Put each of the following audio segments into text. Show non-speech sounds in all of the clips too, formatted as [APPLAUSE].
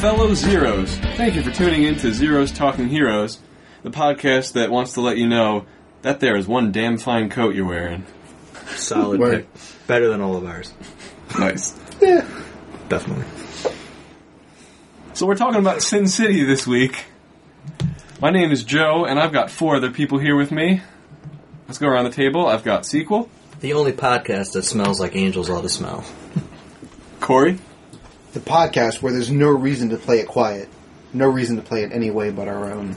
fellow Zeros, thank you for tuning in to Zeros Talking Heroes, the podcast that wants to let you know that there is one damn fine coat you're wearing. Solid Word. pick. Better than all of ours. Nice. Definitely. So we're talking about Sin City this week. My name is Joe, and I've got four other people here with me. Let's go around the table. I've got Sequel, The only podcast that smells like angels ought to smell. Corey, the podcast where there's no reason to play it quiet, no reason to play it any way but our own.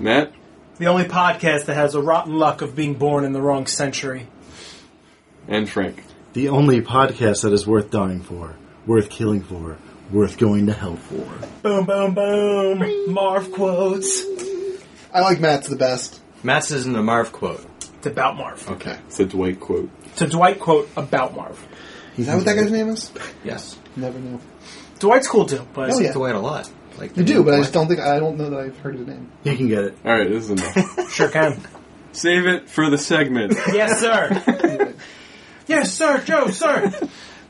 Matt, The only podcast that has the rotten luck of being born in the wrong century. and Frank. The only podcast that is worth dying for, worth killing for, worth going to hell for. Boom, boom, boom. Marv quotes. I like Matt's the best. Matt's isn't a Marv quote. It's about Marv. Oh. Okay. It's a Dwight quote. It's a Dwight quote about Marv. Is that what that guy's name is? Yes. Never knew. Dwight's cool too, but Oh, I yeah. get to wait a lot. Like You do, but I just don't think I don't know that I've heard his name. You can get it. All right, this is [LAUGHS] enough. sure [LAUGHS] can. Save it for the segment. yes, sir. [LAUGHS] yes, sir, Joe, sir.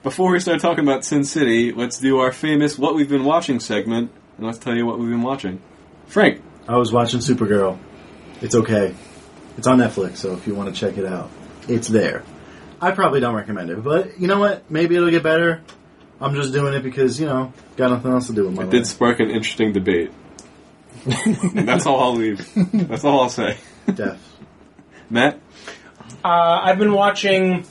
Before we start talking about Sin City, let's do our famous "What We've Been Watching" segment, and let's tell you what we've been watching. Frank, I was watching Supergirl. It's okay. It's on Netflix, so if you want to check it out, it's there. I probably don't recommend it, but you know what? Maybe it'll get better. I'm just doing it because, you know, got nothing else to do with my it life. did spark an interesting debate. And that's all I'll leave. That's all I'll say. Death. Matt, Uh, I've been watching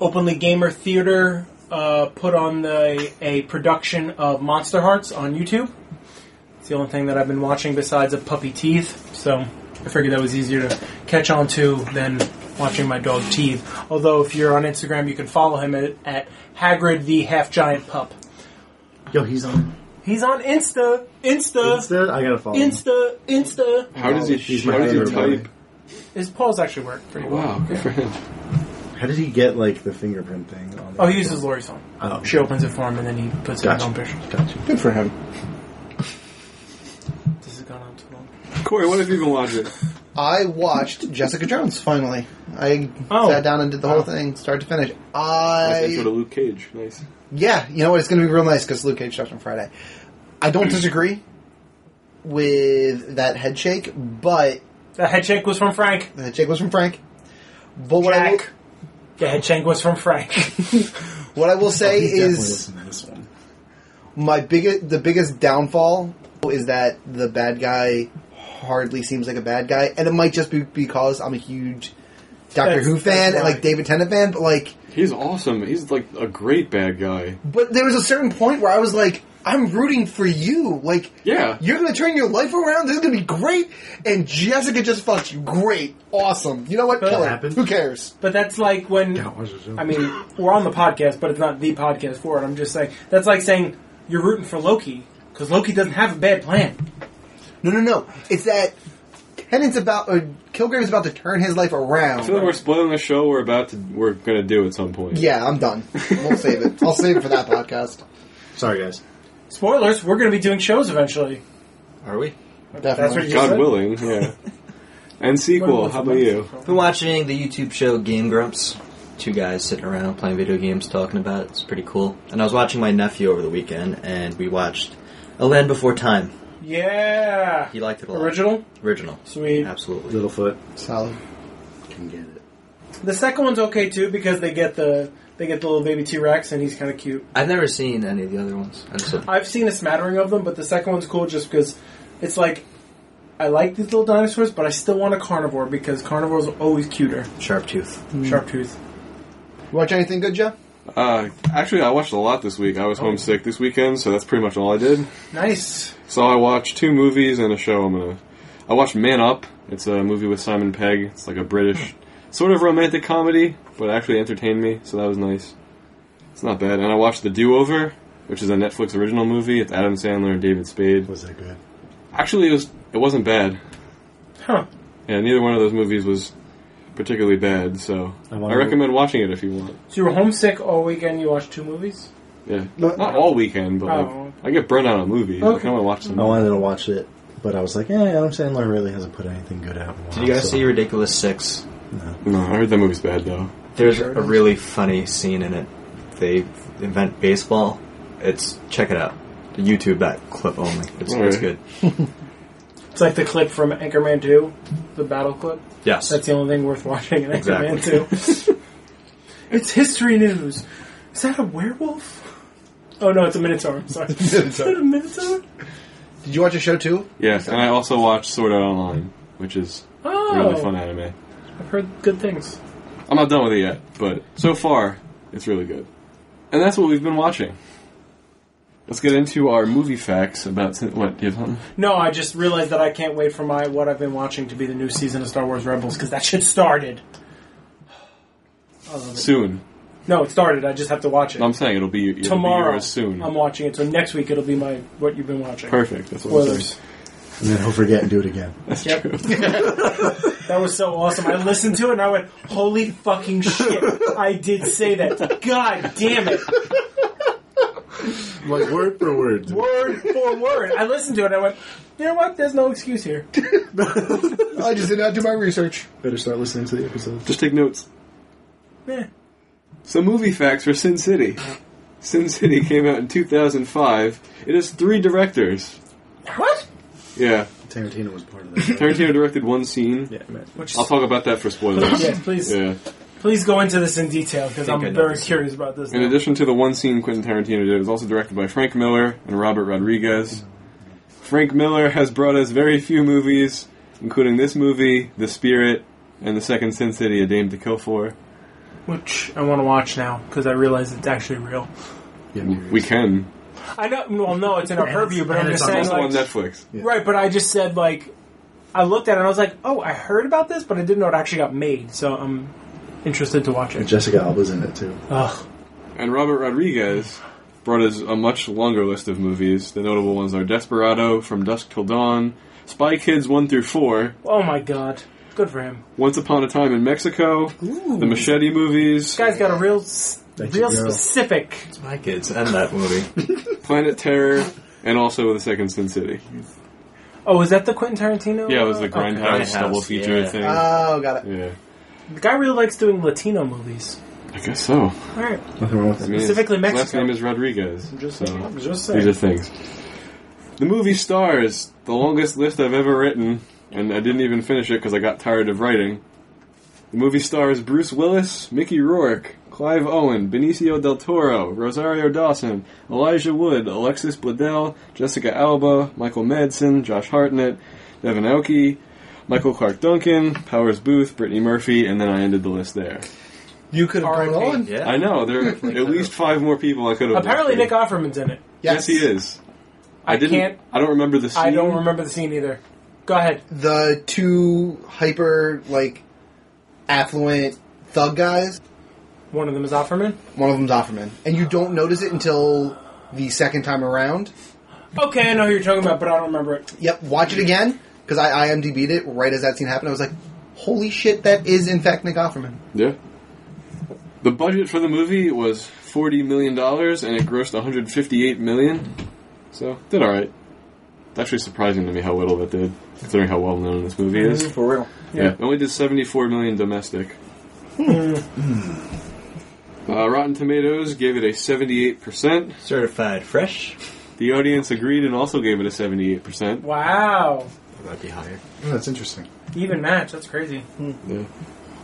Openly Gamer Theater uh, put on the, a production of Monster Hearts on YouTube. It's the only thing that I've been watching besides a puppy teeth, so I figured that was easier to catch on to than watching my dog teeth. Although, if you're on Instagram, you can follow him at, at Hagrid the Half Giant Pup. Yo, he's on He's on Insta, Insta, Instead, I gotta follow him. Insta, Insta. how does he? He's how my does he favorite type? His paws actually work pretty well. Wow, good for him. How did he get, like, the fingerprint thing on Oh, he uses Lori's phone. Oh. She opens it for him, and then he puts it in his own picture. Gotcha. Gotcha. Good for him. This has gone on too long. Corey, what have you been watching? I watched Jessica Jones finally. I Oh. sat down and did the whole thing, start to finish. Nice intro to I Luke Cage. Nice. yeah, you know what? It's going to be real nice because Luke Cage starts on Friday. I don't disagree with that head shake, but The head shake was from Frank. the head shake was from Frank. But what I will, Jack. The head shake was from Frank. what I will say He's definitely is listening to this one. my biggest the biggest downfall is that the bad guy hardly seems like a bad guy, and it might just be because I'm a huge Doctor That's- Who fan that's and why. like David Tennant fan, but like, He's awesome. He's like a great bad guy. but there was a certain point where I was like, I'm rooting for you, like. Yeah. You're gonna turn your life around. This is gonna be great, and Jessica just fucked you. Great, awesome. You know what? Kill her. happened. Who cares? but that's like when Yeah, watch the show. I mean we're on the podcast, but it's not the podcast for it. I'm just saying that's like saying you're rooting for Loki because Loki doesn't have a bad plan. No, no, no. It's that Tennant's about, or Kilgrave's about to turn his life around. I feel like we're spoiling a show we're about to we're gonna do at some point. Yeah, I'm done. We'll save it. I'll save it for that podcast. Sorry, guys. Spoilers: We're going to be doing shows eventually. Are we? Definitely. That's what you God said. willing. [LAUGHS] Yeah. And sequel. How about you? Been watching the YouTube show Game Grumps. Two guys sitting around playing video games, talking about it. It's pretty cool. And I was watching my nephew over the weekend, and we watched A Land Before Time. Yeah. He liked it a lot. Original. Original. Sweet. Absolutely. Littlefoot Solid. can get it. The second one's okay too because they get the they get the little baby T Rex and he's kind of cute. I've never seen any of the other ones. I just- I've seen a smattering of them, but the second one's cool just because it's like I like these little dinosaurs, but I still want a carnivore because carnivores are always cuter. Sharp Tooth. Sharp tooth. You watch anything good, Joe? Uh, actually, I watched a lot this week. I Oh, was homesick this weekend, so that's pretty much all I did. Nice. So I watched two movies and a show. I'm gonna. I watched Man Up. It's a movie with Simon Pegg. It's like a British sort of romantic comedy, but it actually entertained me, so that was nice. It's not bad. And I watched The Do Over, which is a Netflix original movie. It's Adam Sandler and David Spade. Was that good? Actually, it was it wasn't bad. Huh. Yeah, neither one of those movies was particularly bad. So I I wonder- recommend watching it if you want. So you were homesick all weekend. You watched two movies. Yeah, No- not all weekend, but like, Oh. I get burnt out on movies. I Okay. kind of watch some. I wanted to watch it, but I was like, yeah, Adam Sandler really hasn't put anything good out. in a Did while, you guys so- see Ridiculous Six? No, I heard that movie's bad though. There's Sure it a is. really funny scene in it. They invent baseball. It's check it out. YouTube that clip only. It's, it's Alright. good. It's like the clip from Anchorman 2, the battle clip. Yes. That's the only thing worth watching in Anchorman Exactly. 2. [LAUGHS] it's history news. Is that a werewolf? Oh no, it's a minotaur. I'm sorry. Is that a minotaur? Did you watch a show too? Yes, and I also watched Sword Art Online, which is a Oh, really fun anime. I've heard good things. I'm not done with it yet, but so far, it's really good. And that's what we've been watching. Let's get into our movie facts about what do you have something? No, I just realized that I can't wait for my what I've been watching to be the new season of Star Wars Rebels because that shit started. soon. No, it started. I just have to watch it I'm saying it'll be it'll be tomorrow. yours soon. I'm watching it, so next week it'll be my what you've been watching. Perfect. That's what I'm Spoilers. saying. And then he'll forget and do it again. That's Yep. true. That was so awesome. I listened to it and I went, "Holy fucking shit! I did say that. God damn it! Like word for word. Word for word." I listened to it and I went, "You know what? There's no excuse here." I just did not do my research. Better start listening to the episode. Just take notes. Eh. Some movie facts for Sin City. Sin City came out in 2005. It has three directors. What? Yeah, Tarantino was part of that. right? Tarantino directed one scene. [LAUGHS] yeah, man. Which I'll talk about that for spoilers. yes, please, Yeah. please go into this in detail because Think I I'm know very this. curious about this. In now. addition to the one scene Quentin Tarantino did, it was also directed by Frank Miller and Robert Rodriguez. Frank Miller has brought us very few movies, including this movie, The Spirit, and the second Sin City, A Dame to Kill For. Which I want to watch now because I realize it's actually real. Yeah, We can. I know. Well, no, it's in our purview, but and I'm it's just on saying, Also on like, Netflix. right? But I just said like, I looked at it and I was like, "Oh, I heard about this, but I didn't know it actually got made." So I'm interested to watch And it. Jessica Alba's in it too. Ugh. And Robert Rodriguez brought us a much longer list of movies. The notable ones are Desperado, From Dusk Till Dawn, Spy Kids 1 through 4, Oh my god. Good for him. Once Upon a Time in Mexico, The Machete movies, This guy's got a real, s- Thank real you, girl. specific. My kids and that movie. Planet Terror, and also the second Sin City. Oh, is that the Quentin Tarantino? Yeah, it was uh, the okay. Grindhouse Grindhouse, double feature yeah. Uh, thing. Oh, got it. yeah, The guy really likes doing Latino movies. I guess so. All right, Nothing wrong with I that. mean, his Specifically Last Mexico. name is Rodriguez. I'm just so saying. I'm just these saying. are things. The movie stars the longest list I've ever written, and I didn't even finish it because I got tired of writing. The movie stars Bruce Willis, Mickey Rourke, Clive Owen, Benicio del Toro, Rosario Dawson, Elijah Wood, Alexis Bledel, Jessica Alba, Michael Madsen, Josh Hartnett, Devin Aoki, Michael Clark Duncan, Powers Booth, Brittany Murphy, and then I ended the list there. You could have gone R.I.P. on. Yeah. I know there are at least five more people I could have. Apparently, Nick listed. Offerman's in it. Yes, he is. I, didn't. can't- I don't remember the scene. I don't remember the scene either. Go ahead. The two hyper, like, affluent thug guys. One of them is Offerman. One of them's Offerman, and you don't notice it until the second time around. Okay, I know who you're talking about, but I don't remember it. Yep, watch it again because I IMDb'd it right as that scene happened. I was like, "Holy shit, that is in fact Nick Offerman." Yeah. The budget for the movie was forty million dollars, and it grossed one hundred fifty-eight million. So did all right. It's actually surprising to me how little that did, considering how well known this movie is. Mm. For real. Mm-hmm. Yeah, it only did seventy-four million domestic. Hmm. Uh, Rotten Tomatoes gave it a seventy-eight percent. Certified fresh. The audience agreed and also gave it a seventy-eight percent. Wow. Might be higher. Oh, that's interesting. Even match. That's crazy. Yeah.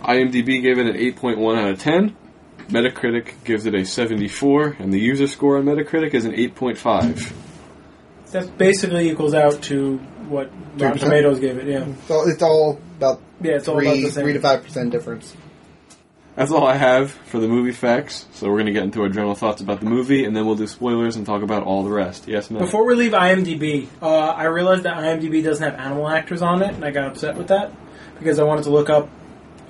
IMDb gave it an 8.1 out of 10. Metacritic gives it a 74, and the user score on Metacritic is an 8.5. That basically equals out to what Rotten 3%? Tomatoes gave it. Yeah. So it's all about Yeah, it's all three, about the same. three to five percent difference. That's all I have for the movie facts. So we're going to get into our general thoughts about the movie, and then we'll do spoilers and talk about all the rest. Yes, ma'am. Before we leave IMDb, uh, I realized that IMDb doesn't have animal actors on it, and I got upset with that because I wanted to look up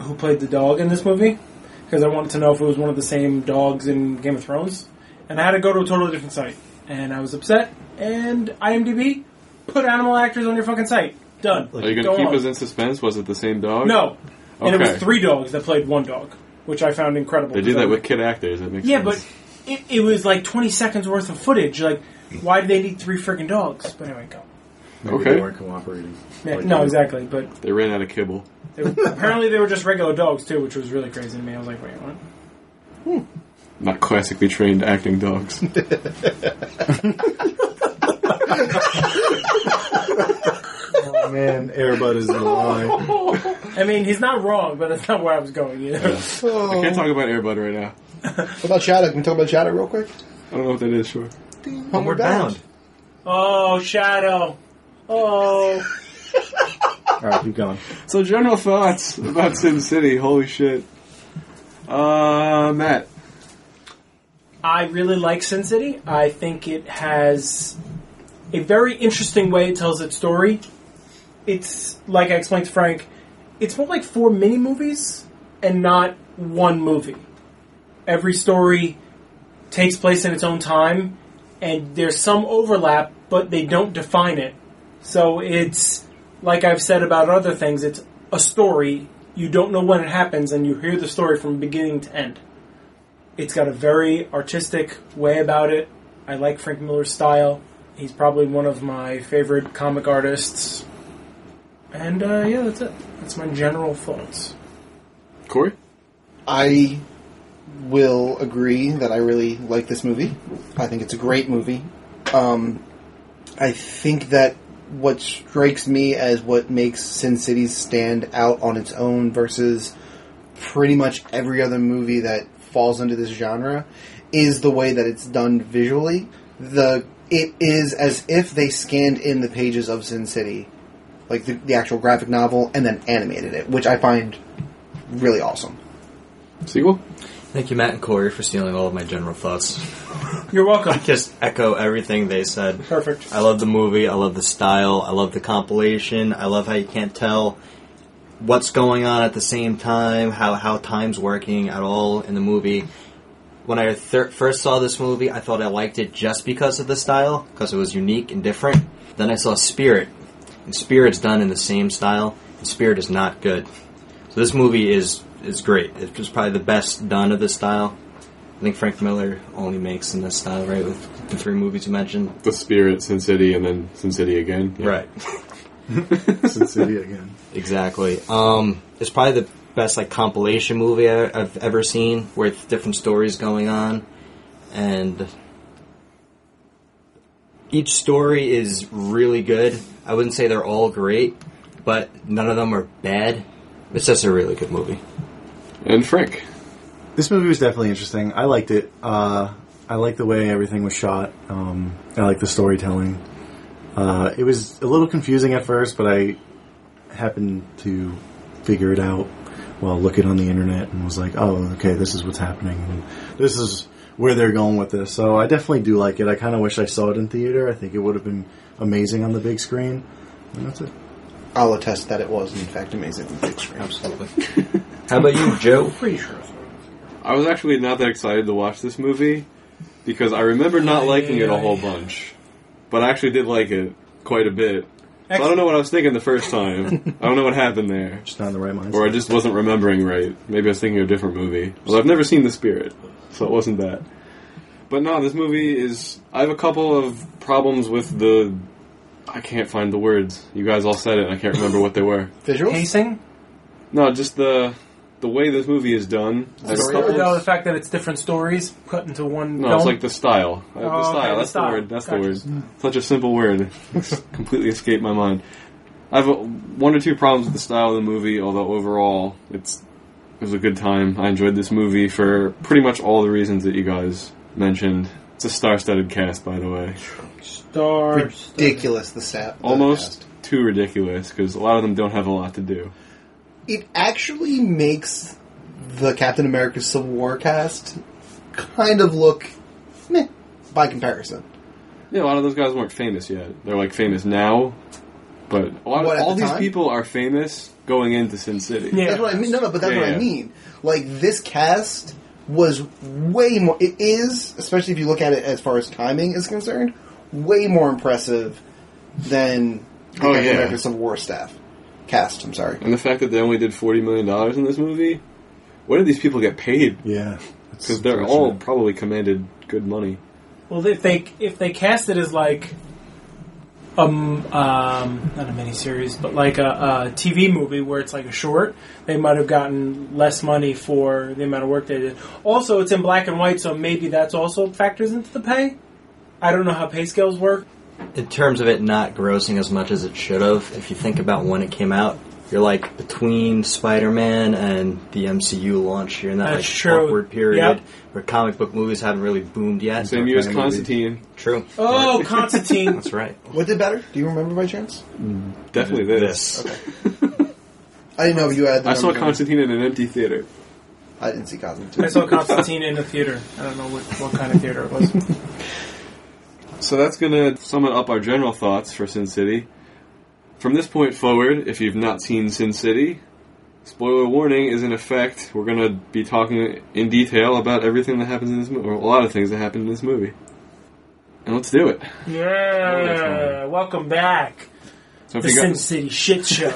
who played the dog in this movie because I wanted to know if it was one of the same dogs in Game of Thrones, and I had to go to a totally different site, and I was upset. And IMDb, put animal actors on your fucking site. Done. Are you going Go to keep on. us in suspense? Was it the same dog? No. And it Okay. was three dogs that played one dog, which I found incredible. They do that with kid actors. That makes Yeah, but sense. it, it was like 20 seconds worth of footage. Like, why do they need three freaking dogs? But anyway, go. Maybe Okay. They weren't cooperating. Yeah, Like, no, they- exactly. But they ran out of kibble. they were, apparently they were just regular dogs, too, which was really crazy to me. I was like, wait, what? [LAUGHS] Not classically trained acting dogs. Oh, Airbud is the lie. I mean, he's not wrong, but that's not where I was going either. I can't talk about Airbud right now. What about Shadow? Can we talk about Shadow real quick? I don't know what that is. Sure. Homeward bound. Oh, Shadow. Oh. All right, keep going. So, general thoughts about Sin City. Holy shit. Uh, Matt. I really like Sin City. I think it has a very interesting way it tells its story. It's, like I explained to Frank, it's more like four mini movies and not one movie. Every story takes place in its own time, and there's some overlap, but they don't define it. So it's, like I've said about other things, it's a story. You don't know when it happens, and you hear the story from beginning to end. It's got a very artistic way about it. I like Frank Miller's style. He's probably one of my favorite comic artists. And uh, yeah, that's it. That's my general thoughts. Corey? I will agree that I really like this movie. I think it's a great movie. Um, I think that what strikes me as what makes Sin City stand out on its own versus pretty much every other movie that falls into this genre is the way that it's done visually. The it is as if they scanned in the pages of Sin City, like the, the actual graphic novel, and then animated it, which I find really awesome. Sequel? Thank you, Matt and Corey, for stealing all of my general thoughts. You're welcome. Just echo everything they said. Perfect. I love the movie. I love the style. I love the compilation. I love how you can't tell what's going on at the same time, how, how time's working at all in the movie. When I thir- first saw this movie, I thought I liked it just because of the style, because it was unique and different. Then I saw Spirit, and Spirit's done in the same style, and Spirit is not good. So this movie is is great. It's just probably the best done of this style. I think Frank Miller only makes in this style, right? With the three movies you mentioned, The Spirit, Sin City, and then Sin City again. Yeah. right? Sin City again. Exactly. Um, it's probably the best like compilation movie I, I've ever seen, with different stories going on, and each story is really good. I wouldn't say they're all great, but none of them are bad. It's just a really good movie. And Frank. This movie was definitely interesting. I liked it. Uh, I liked the way everything was shot. Um, I liked the storytelling. Uh, it was a little confusing at first, but I happened to figure it out while looking on the internet and was like, "Oh, okay, this is what's happening. And this is where they're going with this." So I definitely do like it. I kind of wish I saw it in theater. I think it would have been amazing on the big screen. And that's it. I'll attest that it was, in fact, amazing. on the big screen. How about you, Joe? Pretty sure. I was actually not that excited to watch this movie because I remember not liking it a whole bunch, but I actually did like it quite a bit. So I don't know what I was thinking the first time. I don't know what happened there, Just not in the right mindset. or I just wasn't remembering right. Maybe I was thinking of a different movie. Well, I've never seen The Spirit, so it wasn't that. But no, this movie is. I have a couple of problems with the. I can't find the words. You guys all said it. and I can't remember what they were. Visuals? Pacing? No, just the the way this movie is done. I have a Story? couple- No, the fact that it's different stories cut into one. No, film. it's like the style. Uh, Oh, the okay, style. the That's style. the word. That's Gotcha. the word. Such a simple word. [LAUGHS] It's completely escaped my mind. I have uh one or two problems with the style of the movie, although overall it's it was a good time. I enjoyed this movie for pretty much all the reasons that you guys mentioned. It's a star-studded cast, by the way. stars. Ridiculous, the sap. the Almost cast. too ridiculous because a lot of them don't have a lot to do. It actually makes the Captain America Civil War cast kind of look meh by comparison. Yeah, a lot of those guys weren't famous yet. They're like famous now, but a lot What, of, at all the these time? people are famous going into Sin City. Yeah. That's what I mean. No, no, but that's Yeah, what yeah. I mean. Like this cast was way more. It is, especially if you look at it as far as timing is concerned, way more impressive than the Oh, Captain yeah. Mm. America Civil War staff cast. I'm sorry. And the fact that they only did forty million dollars in this movie, where did these people get paid? yeah, Because they're all probably commanded good money. Well, if they if they cast it as like um um not a miniseries, but like a, a TV movie where it's like a short, they might have gotten less money for the amount of work they did. Also, it's in black and white, so maybe that's also factors into the pay. I don't know how pay scales work, in terms of it not grossing as much as it should have, if you think about when it came out, you're like between Spider-Man and the MCU launch. You're in that That's like true. awkward period Yep. where comic book movies haven't really boomed yet. Same year as Batman movie. Constantine. True. Oh, [LAUGHS] Constantine. That's right. What did better? Do you remember by chance? Definitely this. I didn't know if you had. The I saw numbers on- Constantine in an empty theater. I didn't see Constantine. I saw Constantine in the theater. I don't know what, what kind of theater it was. So that's going to sum it up our general thoughts for Sin City. From this point forward, if you've not seen Sin City, spoiler warning is in effect. We're going to be talking in detail about everything that happens in this movie, or a lot of things that happened in this movie. And let's do it. Yeah, welcome back. So if, The you Sin guys, City shit show.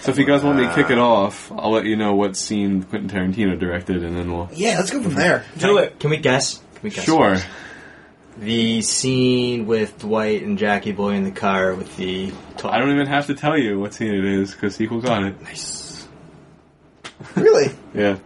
so if you guys want me to kick it off, I'll let you know what scene Quentin Tarantino directed, and then we'll. Yeah, let's Mm-hmm. go from there. Do it. Can we guess? Can we guess? Sure. The scene with Dwight and Jackie Boy in the car with the. I don't even have to tell you what scene it is, because Sequel got it. Nice. Really? [LAUGHS] Yeah.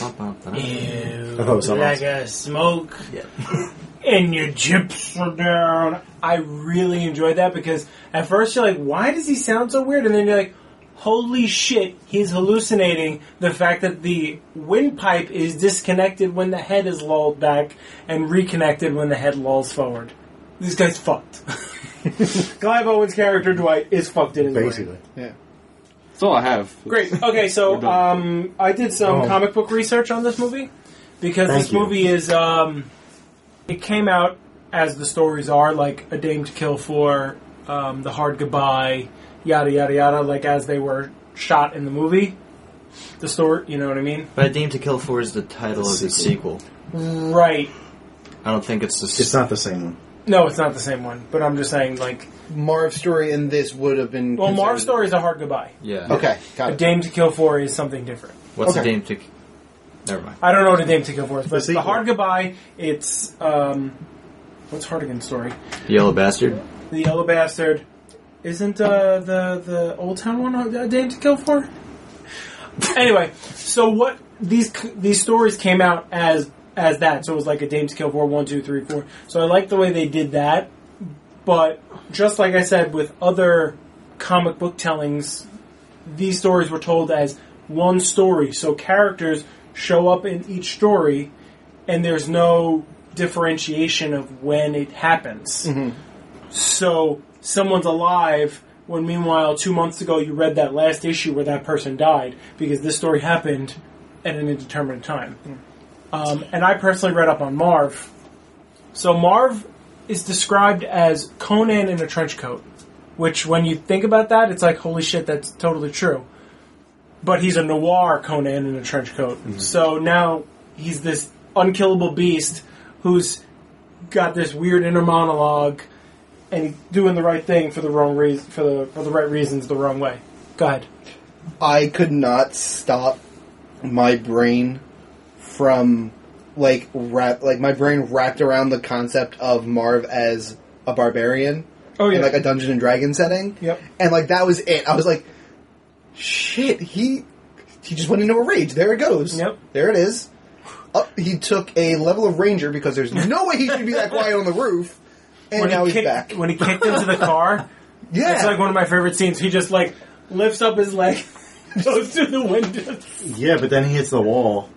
Bum, bum, bum. I thought it was something like a smoke Yeah. and your chips are down. I really enjoyed that because at first you're like, why does he sound so weird? And then you're like, holy shit, he's hallucinating the fact that the windpipe is disconnected when the head is lulled back and reconnected when the head lolls forward. This guy's [LAUGHS] fucked. Clive Owen's character, Dwight, is fucked in his brain. Basically. Yeah. That's all I have. Great. Okay, so We're done. um, I did some Oh. comic book research on this movie because Thank this you. movie is um, it came out as the stories are, like A Dame to Kill For, um, The Hard Goodbye, yada yada yada, like as they were shot in the movie. The story, you know what I mean? But I deem to kill for is the title of the sequel. Right. I don't think it's the. It's not the same one. No, it's not the same one, but I'm just saying, like, Marv's story and this would have been. well, Marv's considered- story is a hard goodbye. yeah. Okay, got A it. Dame to Kill For is something different. What's Okay. the name to? Never mind. I don't know what a Dame to Kill For is, but the, sequel. hard goodbye. It's um, what's Hardigan's story? The Yellow Bastard. The Yellow Bastard. Isn't uh, the the Old Town one a Dame to Kill for? anyway, so what these c- these stories came out as as that, so it was like a Dame to Kill for one, two, three, four. So I like the way they did that, but just like I said with other comic book tellings, these stories were told as one story. So characters show up in each story, and there's no differentiation of when it happens. So someone's alive when meanwhile two months ago you read that last issue where that person died because this story happened at an indeterminate time. Um, and I personally read up on Marv. So Marv is described as Conan in a trench coat, which when you think about that, it's like holy shit, that's totally true. But he's a noir Conan in a trench coat. So now he's this unkillable beast who's got this weird inner monologue and he's doing the right thing for the wrong reason for the for the right reasons the wrong way. Go ahead. I could not stop my brain from like wrap like my brain wrapped around the concept of Marv as a barbarian Oh in like a Dungeons and Dragon setting. Yep. And like that was it. I was like, shit, he he just went into a rage. There it goes. Yep. There it is. Up, he took a level of ranger because there's no way he should be that quiet on the roof. And now he's he kicked, back. When he kicked into the car, [LAUGHS] yeah. it's like one of my favorite scenes. He just like lifts up his leg, [LAUGHS] goes through the window. Yeah, but then he hits the wall.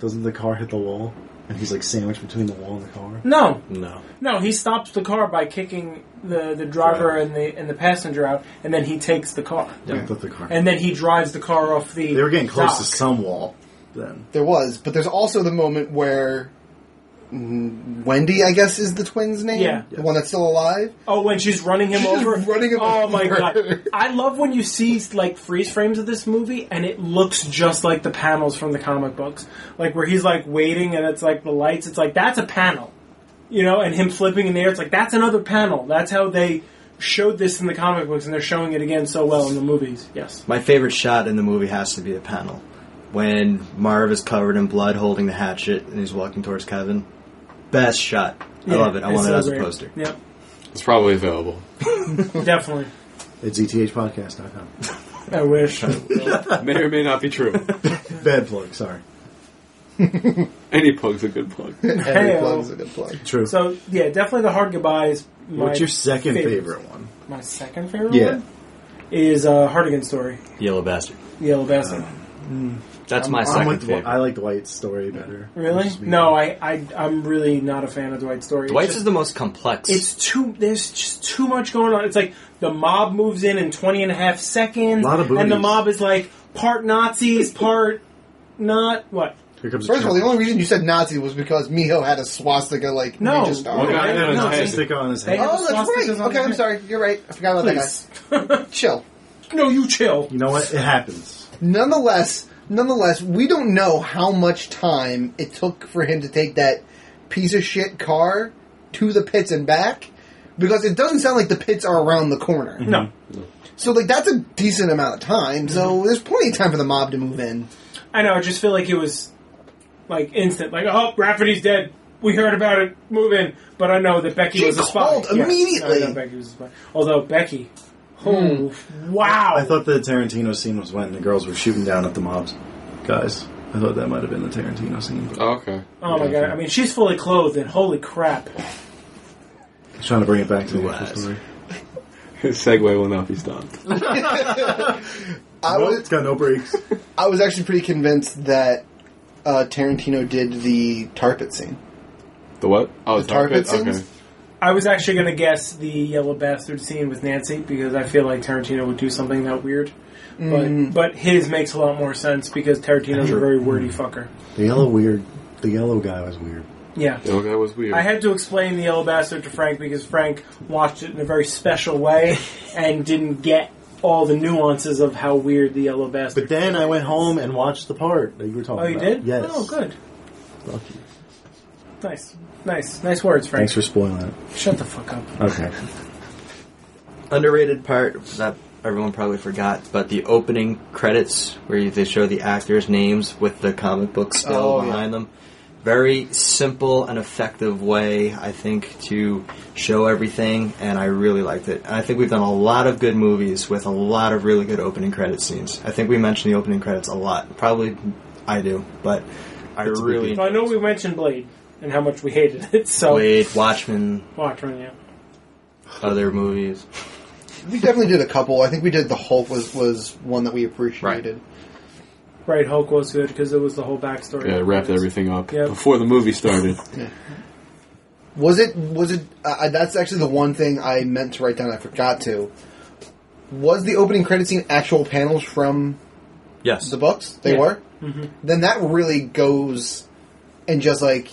Doesn't the car hit the wall? And he's like sandwiched between the wall and the car. No, No. no, he stops the car by kicking the, the driver and the and the passenger out, and then he takes the car, Yeah, I thought the car. and then he drives the car off the. they were getting close to dock. some wall. Then There was, but there's also the moment where mm, Wendy, I guess, is the twin's name. Yeah. the one that's still alive. Oh, when she's running him She's over, running him oh my over. god! I love when you see like freeze frames of this movie, and it looks just like the panels from the comic books, like where he's like waiting, and it's like the lights. It's like that's a panel, you know, and him flipping in the air. It's like that's another panel. That's how they showed this in the comic books, and they're showing it again so well in the movies. Yes, My favorite shot in the movie has to be the panel when Marv is covered in blood, holding the hatchet, and he's walking towards Kevin. Best shot. I love it. I it's want it so as a great. poster. Yep, It's probably [LAUGHS] available. definitely. it's ETHpodcast.com. I wish. may or may not be true. Bad plug. Sorry. Any plug's a good plug. Every Heyo. plug's a good plug. True. So yeah, definitely the hard goodbye is my What's your second favorite. favorite one? My second favorite Yeah. one is uh, Hardigan story, Yellow Bastard. The Yellow Um, Bastard. That's my I'm second with Dw- favorite. I like Dwight's story better. really? Just me. No, I, I I'm really not a fan of Dwight's story. It's Dwight's just- is the most complex. it's too there's just too much going on it's like the mob moves in in 20 and a half seconds Lot of and the booties. mob is like part nazis part not what Here comes First of all, a the only reason you said Nazi was because Miho had a swastika like No. ninja star. Well, Oh, Okay. guy had a No, nice- it's- sticker on his They head. have Oh, that's swastikas right. on Okay, the- I'm sorry. You're right. I forgot about Please. that guy. Chill. no you chill You know what? It happens. Nonetheless, nonetheless, we don't know how much time it took for him to take that piece of shit car to the pits and back because it doesn't sound like the pits are around the corner. no So like that's a decent amount of time. So there's plenty of time for the mob to move in. i know i just feel like it was like instant like oh rafferty's dead we heard about it move in but i know that becky She was a spy called Yes, immediately. I know becky was a spy although becky oh wow Hmm. I thought the Tarantino scene was when the girls were shooting down at the mobs. Guys, I thought that might have been the Tarantino scene. But Oh, okay. [LAUGHS] oh my god i mean she's fully clothed and holy crap I was trying to bring it back to the Who actual has? story. His segue will not be stopped. I Nope, was it's got no brakes. I was actually pretty convinced that uh, Tarantino did the tarpet scene. The what? Oh, the tar tar pit? pit scenes? Okay. I was actually going to guess the yellow bastard scene with Nancy because I feel like Tarantino would do something that weird. But but his makes a lot more sense because Tarantino's a very wordy Mm. fucker. The yellow weird. The yellow guy was weird. Yeah. The other guy was weird. I had to explain the yellow bastard to Frank because Frank watched it in a very special way and didn't get all the nuances of how weird the yellow bastard. But then I went home and watched the part that you were talking oh, you about. did? Yes. Oh, good. Fuck you. Nice, nice, nice words, Frank. Thanks for spoiling it. Shut the fuck up. Okay. underrated part that everyone probably forgot, but the opening credits where you- they show the actors' names with the comic book still Oh, yeah. behind them. Very simple and effective way, I think, to show everything, and I really liked it. And I think we've done a lot of good movies with a lot of really good opening credit scenes. I think we mentioned the opening credits a lot. Probably I do, but I It's a big really Well, I know we mentioned Blade and how much we hated it. So played Watchmen, Watchmen, yeah. other movies. We definitely did a couple. I think we did the Hulk was was one that we appreciated. Right, Hulk was good because it was the whole backstory. yeah, wrapped everything up Yep. before the movie started. Mm-hmm. Was it? Was it? Uh, I- that's actually the one thing I meant to write down. I forgot to. Was the opening credit scene actual panels from Yes. the books? They Yeah. were. Then that really goes and just like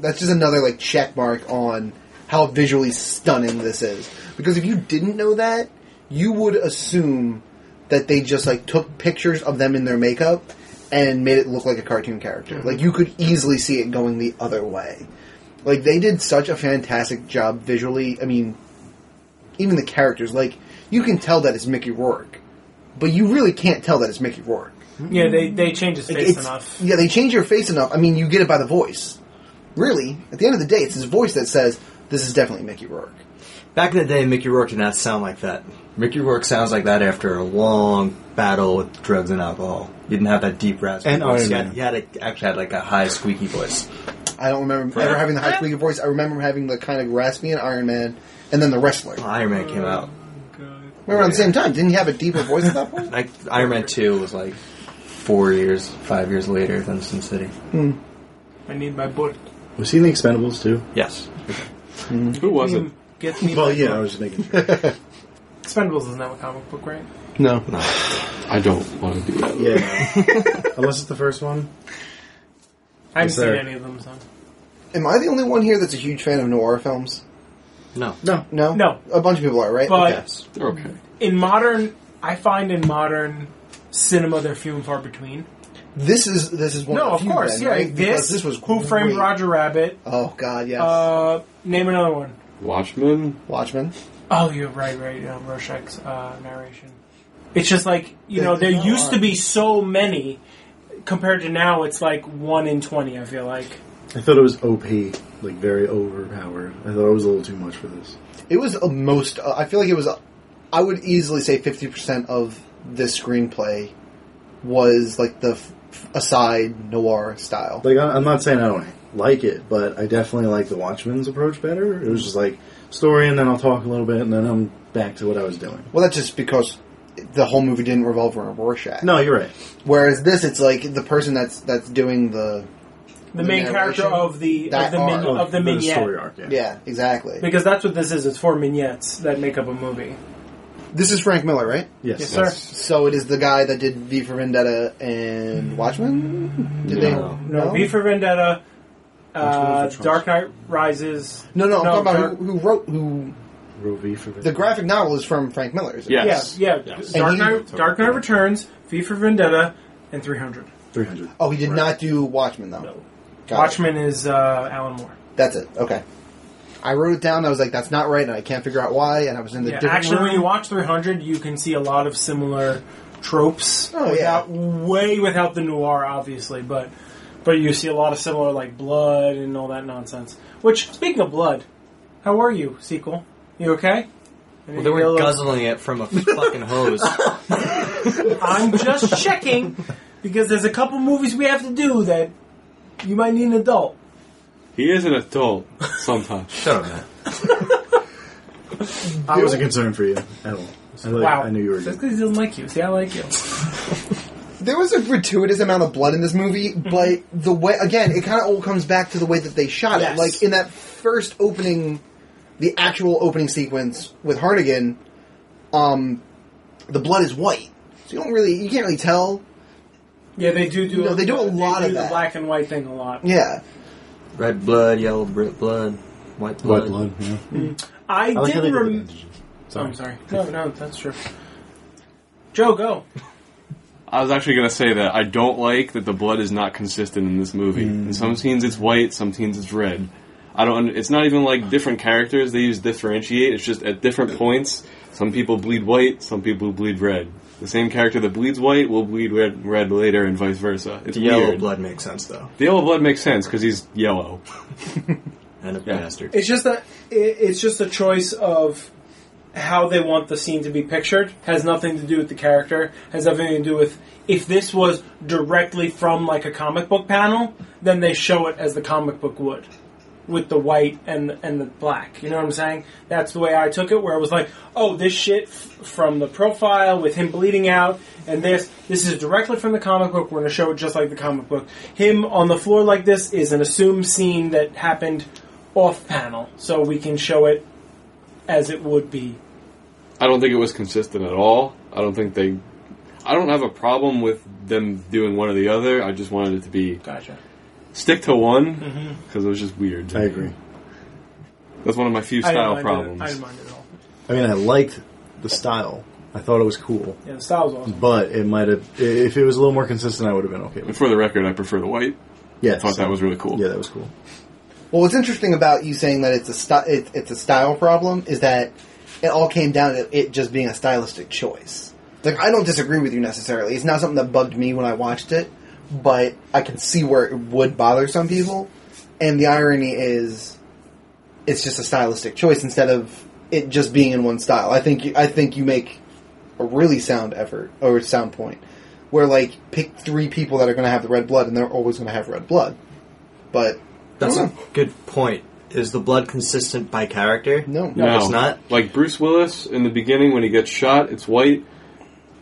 that's just another like check mark on how visually stunning this is. Because if you didn't know that, you would assume that they just like took pictures of them in their makeup and made it look like a cartoon character. Like you could easily see it going the other way. Like they did such a fantastic job visually. I mean, even the characters, like you can tell that it's Mickey Rourke, but you really can't tell that it's Mickey Rourke. Yeah, they they changed his Like, face it's- enough. Yeah, they change your face enough. I mean, you get it by the voice. Really, at the end of the day, it's his voice that says this is definitely Mickey Rourke. Back in the day, Mickey Rourke did not sound like that. Mickey Rourke sounds like that after a long battle with drugs and alcohol. You didn't have that deep raspy And voice. Iron you had, Man. you had a, actually had like a high squeaky voice. I don't remember ever having the high squeaky voice. I remember having the kind of raspy in Iron Man, and then the wrestler. Remember Iron Man came out. around the same time, didn't he have a deeper voice at that [LAUGHS] point? Like Iron Man Two was like four years, five years later than Sin City. I need my book. Was he in the Expendables too? Yes, Who was it? Get me. Well, my yeah, I book. was just making [LAUGHS] sure. Expendables is now a comic book, right? No, I don't want to do that. [LAUGHS] yeah. Unless it's the first one. I haven't Yes, seen sir. any of them. So am I the only one here that's a huge fan of noir films? no, No. No, No. a bunch of people are right. But- yes. They're okay. in modern, I find in modern cinema they're few and far between. this is this is one. No, of, the of few course, then, yeah. right? This, Because this was Who Framed great. Roger Rabbit? Oh God, yes. Uh, name another one. Watchmen. Watchmen. Oh, you're right, right. Uh, Rorschach's uh, narration. It's just like you There- know there there's not a used lot. to be so many. Compared to now, it's like one in twenty. I feel like. I thought it was OP, like very overpowered. I thought it was a little too much for this. It was a most. Uh, I feel like it was. uh, I would easily say fifty percent of this screenplay was like the f- aside noir style. Like, I- I'm not saying I don't like it, but I definitely like the Watchmen's approach better. It was just like story, and then I'll talk a little bit, and then I'm back to what I was doing. Well, that's just because the whole movie didn't revolve around Rorschach. No, you're right. Whereas this, it's like the person that's that's doing the The main The character narration? of the of That the, min, arc. Oh, of the bit vignette. story arc, yeah. yeah exactly. Because that's what this is. It's four vignettes that make up a movie. This is Frank Miller, right? Yes. Yes, sir. So it is the guy that did V for Vendetta and Watchmen. No. Did they? No, V for Vendetta, uh, Which one was which Dark Knight Rises. No, no. I'm No, talking about Dark- who, who wrote who. Ruby for The graphic novel is from Frank Miller. Is it? Yeah. Yeah, Yes. yeah. Yes. Dark And he- Knight, Dark Knight Returns, V for Vendetta, and 300. 300. Oh, he did Right. not do Watchmen though. No. Got it. Watchmen is uh, Alan Moore. That's it. Okay. I wrote it down. I was like, "That's not right," and I can't figure out why. And I was in the Yeah, different actually, when room. you watch 300, you can see a lot of similar tropes. Oh, without, Way without the noir, obviously, but but you see a lot of similar, like blood and all that nonsense. Which, speaking of blood, how are you, sequel? You okay? Well, they were guzzling it from a fucking hose. I'm [LAUGHS] just checking because there's a couple movies we have to do that you might need an adult. He is an adult sometimes. [LAUGHS] Shut up, man. I wasn't concerned for you at all. I, like, wow, I knew you were That's good. because he doesn't like you. See, I like you. there was a gratuitous amount of blood in this [LAUGHS] movie, Mhm. but the way again, it kind of all comes back to the way that they shot Yes. it. Like in that first opening, the actual opening sequence with Harnigan, um, the blood is white, so you don't really, you can't really tell. Yeah, they do do. No, they do a lot do of the that. black and white thing a lot. Yeah, Red blood, yellow br- blood, white blood. White blood. Yeah. I, I like how they didn't. did Rem- it. Oh, I'm sorry. No, no, that's true. Joe, go. I was actually gonna say that I don't like that the blood is not consistent in this movie. In some scenes it's white, some scenes it's red. I don't. It's not even like different characters. They use differentiate. It's just at different points. Some people bleed white. Some people bleed red. The same character that bleeds white will bleed red, red later, and vice versa. It's The yellow weird. blood makes sense though, The yellow blood makes sense because he's yellow. and a Yeah. bastard. It's just a, it, it's just a choice of how they want the scene to be pictured. Has nothing to do with the character. Has everything to do with if this was directly from like a comic book panel, then they show it as the comic book would. With the white and and the black, you know what I'm saying? That's the way I took it. Where it was like, oh, this shit f- from the profile with him bleeding out, and this this is directly from the comic book. We're going to show it just like the comic book. Him on the floor like this is an assumed scene that happened off panel, so we can show it as it would be. I don't think it was consistent at all. I don't think they. I don't have a problem with them doing one or the other. I just wanted it to be Gotcha. stick to one because it was just weird. to I me. agree. That's one of my few I didn't style mind problems. It. I didn't mind it at all. I mean, I liked the style. I thought it was cool, Yeah, the style was awesome. but it might have. i- If it was a little more consistent, I would have been okay And with. it. for the record, I prefer the white. Yeah, I thought that was really cool. Yeah, that was cool. Well, what's interesting about you saying that it's a sty it, it's a style problem is that it all came down to it just being a stylistic choice. Like I don't disagree with you necessarily. It's not something that bugged me when I watched it, but I can see where it would bother some people. And the irony is, it's just a stylistic choice instead of it just being in one style. I think you, I think you make a really sound effort or sound point where like pick three people that are going to have the red blood and they're always going to have red blood. But That's I a don't know. good point. Is the blood consistent by character? No. No, it's not. Like Bruce Willis in the beginning when he gets shot, it's white.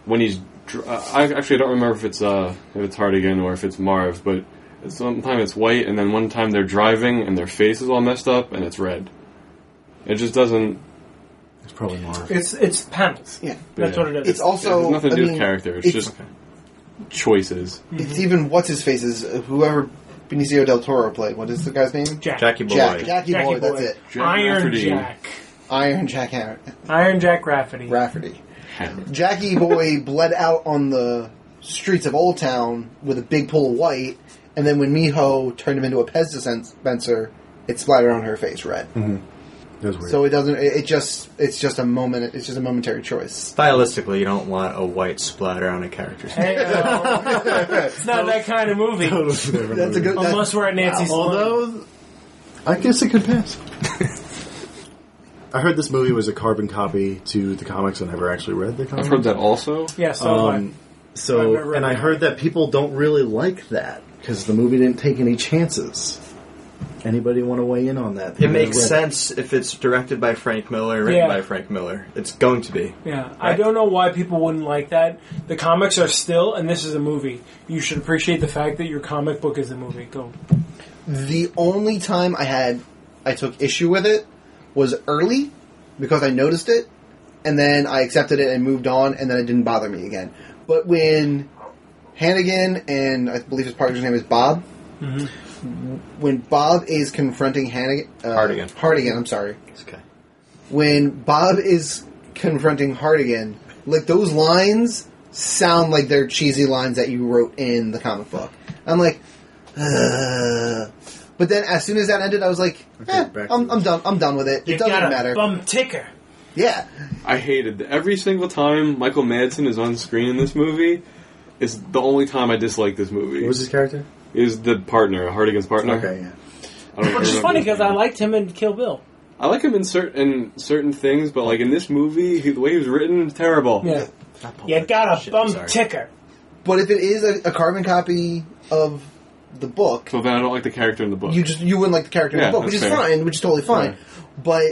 When he's, dr- uh, I actually don't remember if it's uh if it's Hardigan or if it's Marv, but sometime it's white, and then one time they're driving and their face is all messed up and it's red. It just doesn't. It's probably more. It's it's panels. Yeah. That's Yeah. what it is. It's also it has nothing to I do mean, with character. It's, just choices. it's even what's his face is uh, whoever Benicio del Toro played. What is the guy's name? Jack. Jackie Boy. Jack. Jackie, Jackie Boy, That's it. Jack Iron Rafferty. Jack. Iron Jack Har- Iron Jack Rafferty. Rafferty. Hammer. Jackie Boy [LAUGHS] bled out on the streets of Old Town with a big pool of white, and then when Miho turned him into a Pez dispenser, it splattered on her face red. Mm-hmm. That was weird. [LAUGHS] So it doesn't. It, it just. It's just a moment. It's just a momentary choice. Stylistically, you don't want a white splatter on a character's [LAUGHS] Hey, uh, it's not that kind of movie. that's That's a good. That's, Unless we're at Nancy's. Sloan. Although, I guess it could pass. I heard this movie was a carbon copy to the comics. I never actually read the comics. I've heard that also. yeah, so Um, I've So, never and I heard heard that people don't really like that because the movie didn't take any chances. Anybody want to weigh in on that? It makes With- sense if it's directed by Frank Miller, written Yeah. by Frank Miller. It's going to be. Yeah, I Right. don't know why people wouldn't like that. The comics are still, and this is a movie. You should appreciate the fact that your comic book is a movie. Go. The only time I had I took issue with it was early because I noticed it and then I accepted it and moved on and then it didn't bother me again. But when Hannigan and I believe his partner's name is Bob. When Bob is confronting Hannigan, uh, Hardigan. Hardigan, I'm sorry. It's okay. When Bob is confronting Hardigan, like those lines sound like they're cheesy lines that you wrote in the comic book. I'm like, Ugh. but then as soon as that ended, I was like, Okay, eh, back to I'm, this. I'm done. I'm done with it. It doesn't matter. bum ticker. Yeah, I hated that. Every single time Michael Madsen is on screen in this movie is the only time I dislike this movie. What was his character? is the partner, Hardigan's partner. Okay, yeah. I don't Which is remember funny his because name. I liked him in Kill Bill. I like him in certain in certain things, but like in this movie, he, the way he was written, terrible. Yeah, Not Pulp you Fiction. got a Shit, I'm bum sorry. ticker. but if it is a, a carbon copy of the book, So then I don't like the character in the book. you just you wouldn't like the character in Yeah, the book, which is that's fair. fine, which is totally fine. But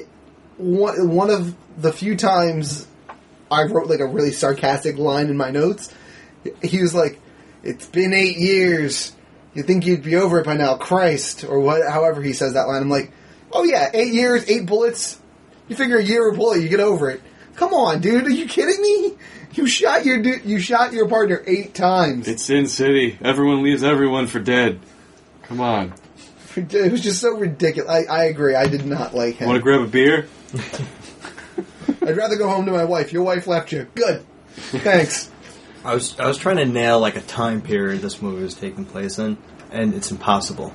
one one of the few times I wrote like a really sarcastic line in my notes, he was like, "It's been eight years. You think you'd be over it by now, Christ?" Or what? However, he says that line. I'm like, "Oh yeah, eight years, eight bullets. You figure a year of bullet, you get over it." Come on, dude. Are you kidding me? You shot your du- you shot your partner eight times. it's Sin City. Everyone leaves everyone for dead. Come on, It was just so ridiculous. I, I agree. I did not like him. want to grab a beer? I'd rather go home to my wife. Your wife left you. Good. Thanks. I was I was trying to nail like a time period this movie was taking place in, and it's impossible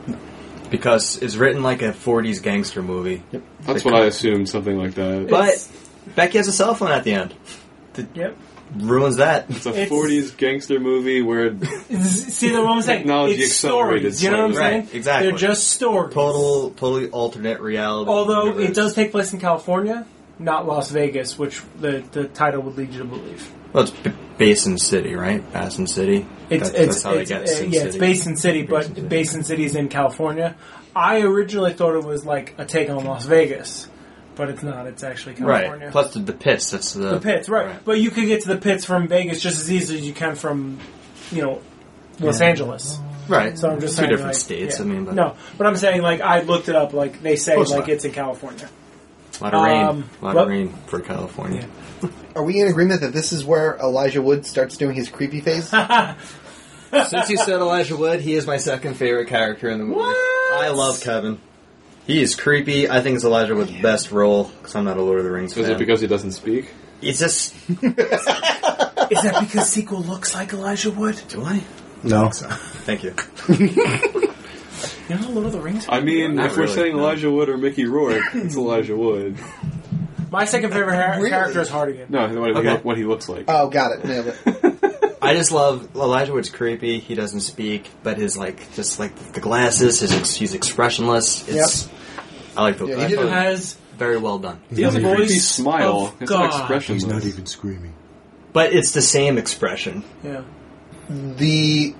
because it's written like a '40s gangster movie. That's what I assumed. Something like that. But Becky has a cell phone at the end. Yep. Ruins that. it's a it's- '40s gangster movie where See the one saying? Technology it's accelerated stories. You know what I'm slightly. saying? Right, exactly. They're just stories. Total, totally alternate reality. Although it universe. does take place in California, not Las Vegas, which the, the title would lead you to believe. Well, it's B- Basin City, right? Basin City. It's That- that's it's, how it's- they get uh, Sin yeah, City. it's Basin City, but Basin City. Basin City's in California. I originally thought it was like a take on Las Vegas, but it's not. It's actually California. Right. Plus the, the pits. That's the, the pits, right. right. But you could get to the pits from Vegas just as easily as you can from, you know, Los Angeles. Right. So I'm just two saying, different like, states. yeah. I mean, but no, but I'm saying like I looked it up. Like they say, Close like enough. it's in California. a lot of rain. Um, a lot but- of rain for California. Yeah. Are we in agreement that this is where Elijah Wood starts doing his creepy face? Since you said Elijah Wood, he is my second favorite character in the movie. What? I love Kevin. He is creepy. I think it's Elijah Wood's best role because I'm not a Lord of the Rings is fan. it because he doesn't speak? it's just Is that because Sequel looks like Elijah Wood? do I? No. Thank you. You know, Lord of the Rings. I mean, Not if we're really, saying no. Elijah Wood or Mickey Rourke, [LAUGHS] it's Elijah Wood. My second favorite har- Really? character is Hardigan. No, what he, Okay. look- what he looks like. Uh, Oh, got it. Nailed it. I just love Elijah Wood's creepy. He doesn't speak, but his like just like the glasses. His ex- he's expressionless. It's I like the Yeah, he I did thought a- it was Has very well done. he has a Voice creepy smile. of It's not God. expressionless. screaming. But it's the same expression. yeah. the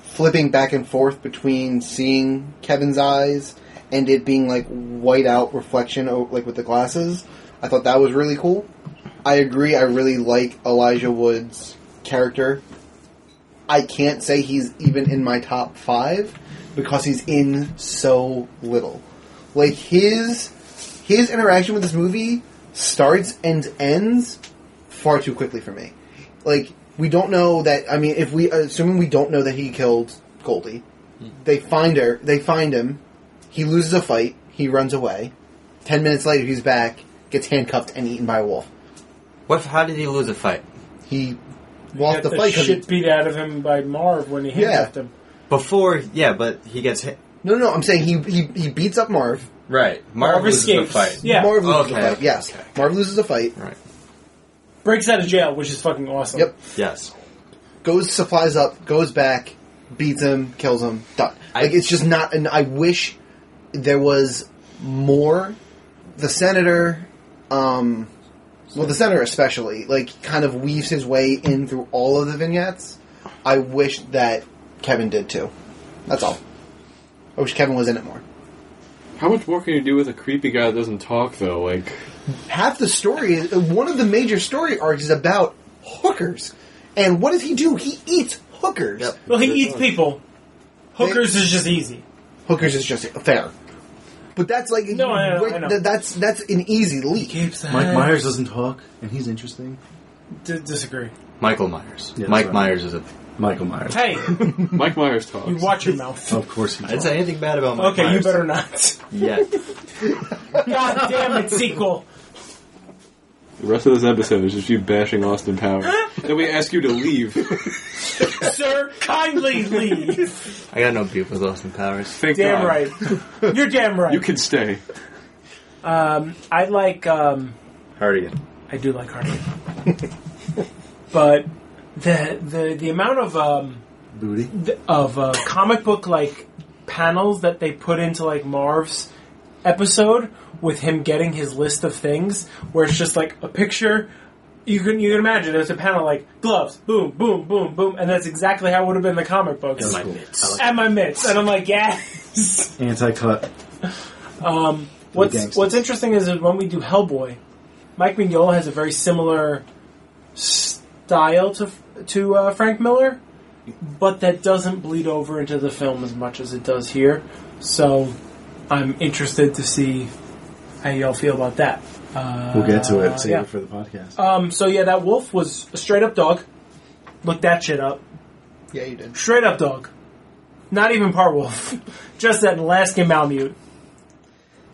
flipping back and forth between seeing Kevin's eyes and it being like white out reflection, o- like with the glasses. I thought that was really cool. I agree. I really like Elijah Wood's character. I can't say he's even in my top five because he's in so little. Like his his interaction with this movie starts and ends far too quickly for me. Like we don't know that. I mean, if we assuming we don't know that he killed Goldie, Hmm. they find her. They find him. He loses a fight. He runs away. Ten minutes later, he's back. Gets handcuffed and eaten by a wolf. What? How did he lose a fight? He Got lost the, fight. 'cause he- shit beat out of him by Marv when he handcuffed him. Before? Yeah, but he gets hit. no, no, no. I'm saying he he, he beats up Marv. Right. Marv, Marv loses escapes. the fight. Yeah. Marv loses Okay. the fight. Yes, Okay. Marv loses the fight. Right. Breaks out of jail, which is fucking awesome. Yep. Yes. goes supplies up, goes back, beats him, kills him, done. I- like it's just not. And I wish there was more. The senator, um, well, the center especially, like kind of weaves his way in through all of the vignettes. I wish that Kevin did too. That's all. I wish Kevin was in it more. How much more can you do with a creepy guy that doesn't talk though? Like, half the story is one of the major story arcs is about hookers. And what does he do? He eats hookers. Yep. Well, he eats people. Hookers is just easy. Hookers is just fair. But that's like No, I know, I know. that- that's that's an easy leap. Keeps the Mike head. Myers doesn't talk, and he's interesting. D- disagree. Michael Myers. Yeah, that's Mike right. Myers is a. Michael Myers. Hey, you Mike Myers talks. watch [LAUGHS] your mouth. Of course he I didn't talks. say anything bad about Mike Okay, you Myers. better not. [LAUGHS] Yeah. God damn it, sequel. The rest of this episode is just you bashing Austin Power. then we ask you to [LAUGHS] leave. Sir, kindly leave. [LAUGHS] I got no beef with Austin Powers. Thank Damn God. right. You're damn right. You can stay. I like, um, Hardigan. I do like Hardy. but the, the, the amount of, um, Booty. th- of uh, comic book like panels that they put into like Marv's episode with him getting his list of things, where it's just like a picture. You can you can imagine it's a panel like gloves, boom, boom, boom, boom, and that's exactly how it would have been in the comic books. That was my cool. mitts. I like and my mitts, and I'm like, [LAUGHS] yes. Anti-cut. what's gangsters. What's interesting is that when we do Hellboy, Mike Mignola has a very similar style to to uh, Frank Miller, but that doesn't bleed over into the film as much as it does here. So, I'm interested to see how y'all feel about that. Uh, We'll get to it. Save yeah. it for the podcast. Um, so yeah, that wolf was a straight up dog. Look that shit up. Yeah, you did. Straight up dog. Not even part wolf. [LAUGHS] Just an Alaskan Malamute.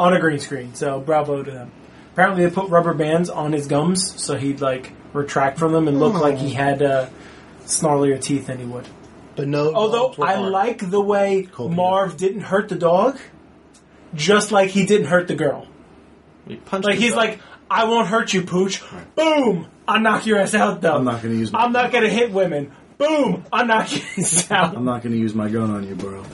On a green screen, so bravo to them. Apparently they put rubber bands on his gums so he'd like retract from them and look Oh. like he had uh, snarlier teeth than he would. But no. Although dogs were I harmed. like the way Cold beer. Marv didn't hurt the dog, just like he didn't hurt the girl. You punched Like me, he's though. like, I won't hurt you, pooch. Boom! I knock your ass out though. I'm not going to use. My, I'm not gonna hit women. Boom! I knock your ass [LAUGHS] out. I'm not going to use my gun on you, bro.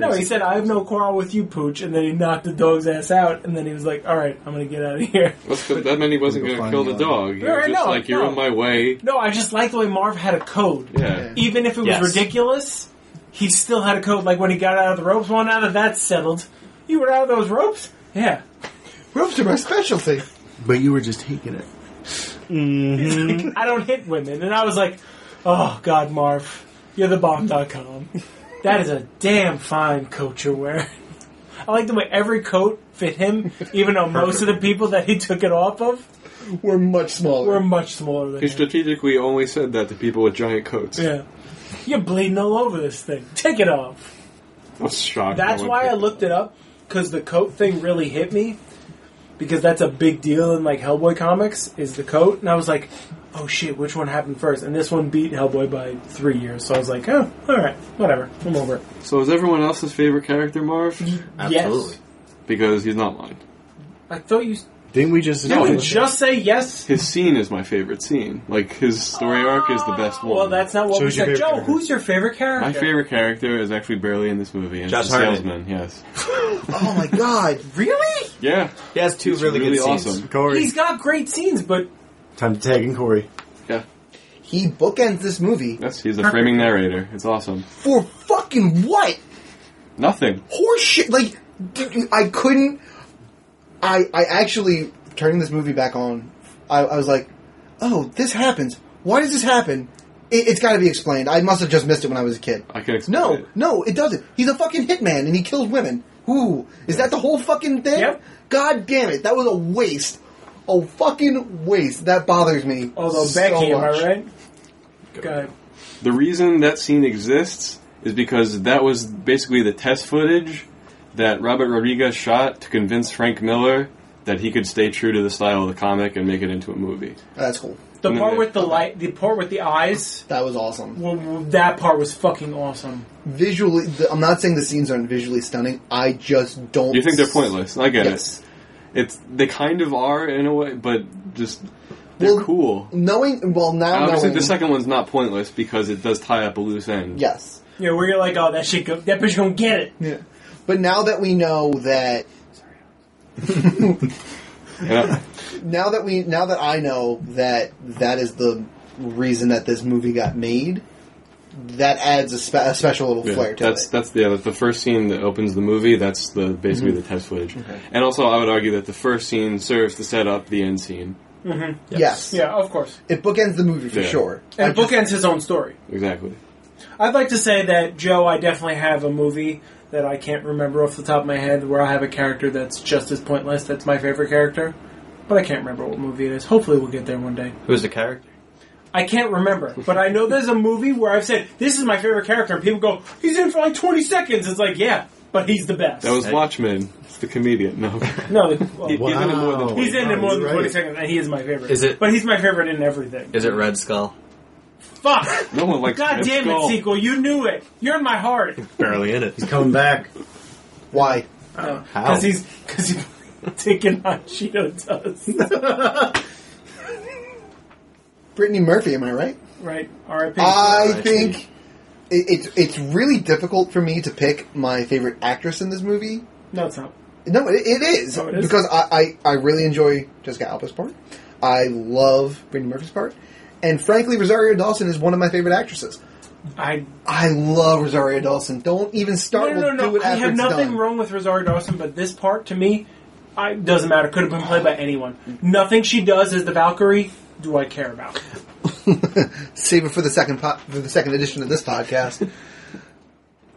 No, he said, I have no quarrel with you, Pooch. And then he knocked the dog's ass out. And then he was like, all right, I'm going to get out of here. [LAUGHS] What's the, that meant he wasn't going Go to find kill the the dog. He No, was I just know, like, you're no. on my way. No, I just like the way Marv had a code. Yeah. Even if it was Yes. ridiculous, he still had a code. Like when he got out of the ropes, well, now that that's settled, you were out of those ropes? Yeah. ropes are my specialty. But you were just taking it. He's like, [LAUGHS] I don't hit women. And I was like, oh, God, Marv, you're the bomb.com. [LAUGHS] That is a damn fine coat you're wearing. [LAUGHS] I like the way every coat fit him, even though most of the people that he took it off of We're much smaller. were much smaller than He him. strategically only said that to people with giant coats. Yeah. You're bleeding all over this thing. Take it off. I was shocked. That's no one why I picked looked it up, because the coat thing really hit me. Because that's a big deal in like Hellboy comics is the coat, and I was like, "Oh shit, which one happened first? And this one beat Hellboy by three years, so I was like, "Oh, all right, whatever, I'm over it." So is everyone else's favorite character Marv? Mm-hmm. Absolutely. Yes. Because he's not mine. I thought you Didn't we just? you No, would it's- just say yes. His scene is my favorite scene. Like his story arc is the best one. Well, that's not what So we who's your said. Joe, favorite character? who's your favorite character? my favorite character is actually barely in this movie. And Josh it's the Hartnett. salesman. Yes. [GASPS] oh my god! Really? Yeah. He has two He's really, really good scenes. awesome. Corey. He's got great scenes, but Time to tag in Corey. Yeah. He bookends this movie Yes. He's a framing narrator. It's awesome. for fucking what? Nothing. horseshit. Like, dude, I couldn't. I I actually turning this movie back on. I, I was like, oh, this happens. Why does this happen? It, it's got to be explained. I must have just missed it when I was a kid. I can explain. No, it. no, it doesn't. He's a fucking hitman and he kills women. Ooh, is that the whole fucking thing? Yep. God damn it, that was a waste. A fucking waste. That bothers me. although so Becky, am I much. right? Go ahead. The reason that scene exists is because that was basically the test footage that Robert Rodriguez shot to convince Frank Miller that he could stay true to the style of the comic and make it into a movie. That's cool. The Mm, part yeah. with the light, the part with the eyes, That was awesome. w- w- that part was fucking awesome. Visually, the, I'm not saying the scenes aren't visually stunning. I just don't. You think they're pointless? I get Yes. it. It's they kind of are in a way, but just they're Well, cool. Knowing well now, Obviously, knowing, the second one's not pointless because it does tie up a loose end. yes, Yeah, where you're like, oh, that shit, go- that bitch gonna get it. but now that we know that And I- now that we now that I know that that is the reason that this movie got made, that adds a, spe- a special little Yeah, flair to that's it. that's yeah. That's the first scene that opens the movie. That's the basically the test footage. And also, I would argue that the first scene serves to set up the end scene. Yes, Yeah, of course. it bookends the movie for Yeah. sure. And bookends his own story. Exactly. I'd like to say that Joe, I definitely have a movie that I can't remember off the top of my head where I have a character that's just as pointless. That's my favorite character, but I can't remember what movie it is. Hopefully, we'll get there one day. Who's the character? I can't [LAUGHS] remember, but I know there's a movie where I've said this is my favorite character, and people go, "He's in for like 20 seconds." It's like, yeah, but he's the best. That was Hey. Watchmen. It's the comedian. [LAUGHS] No, no. it- [LAUGHS] well, He's in it more than Oh, Wow. He's in it more than Right. 20 seconds, and he is my favorite. Is it- But he's my favorite in everything. Is it Red Skull? Fuck! [LAUGHS] no one likes. God Red damn it, Skull. sequel! You knew it. You're in [LAUGHS] my heart. Barely in it. Coming back. Why? How? Because he's because he's [LAUGHS] taking on Cheeto dust. Brittany Murphy, am I right? [LAUGHS] right. R.I.P. I I think see. it, it's it's really difficult for me to pick my favorite actress in this movie. no, it's not. No, it, it is Oh, it is? because I, I I really enjoy Jessica Alba's part. I love Brittany Murphy's part, and frankly, Rosario Dawson is one of my favorite actresses. I I love Rosario Dawson. Don't even no start no with no. do no. it I after have it's nothing done. wrong with Rosario Dawson, but this part to me, I doesn't matter. Could have been played by anyone. Nothing she does as the Valkyrie do I care about. Save it for the second po- for the second edition of this [LAUGHS] podcast.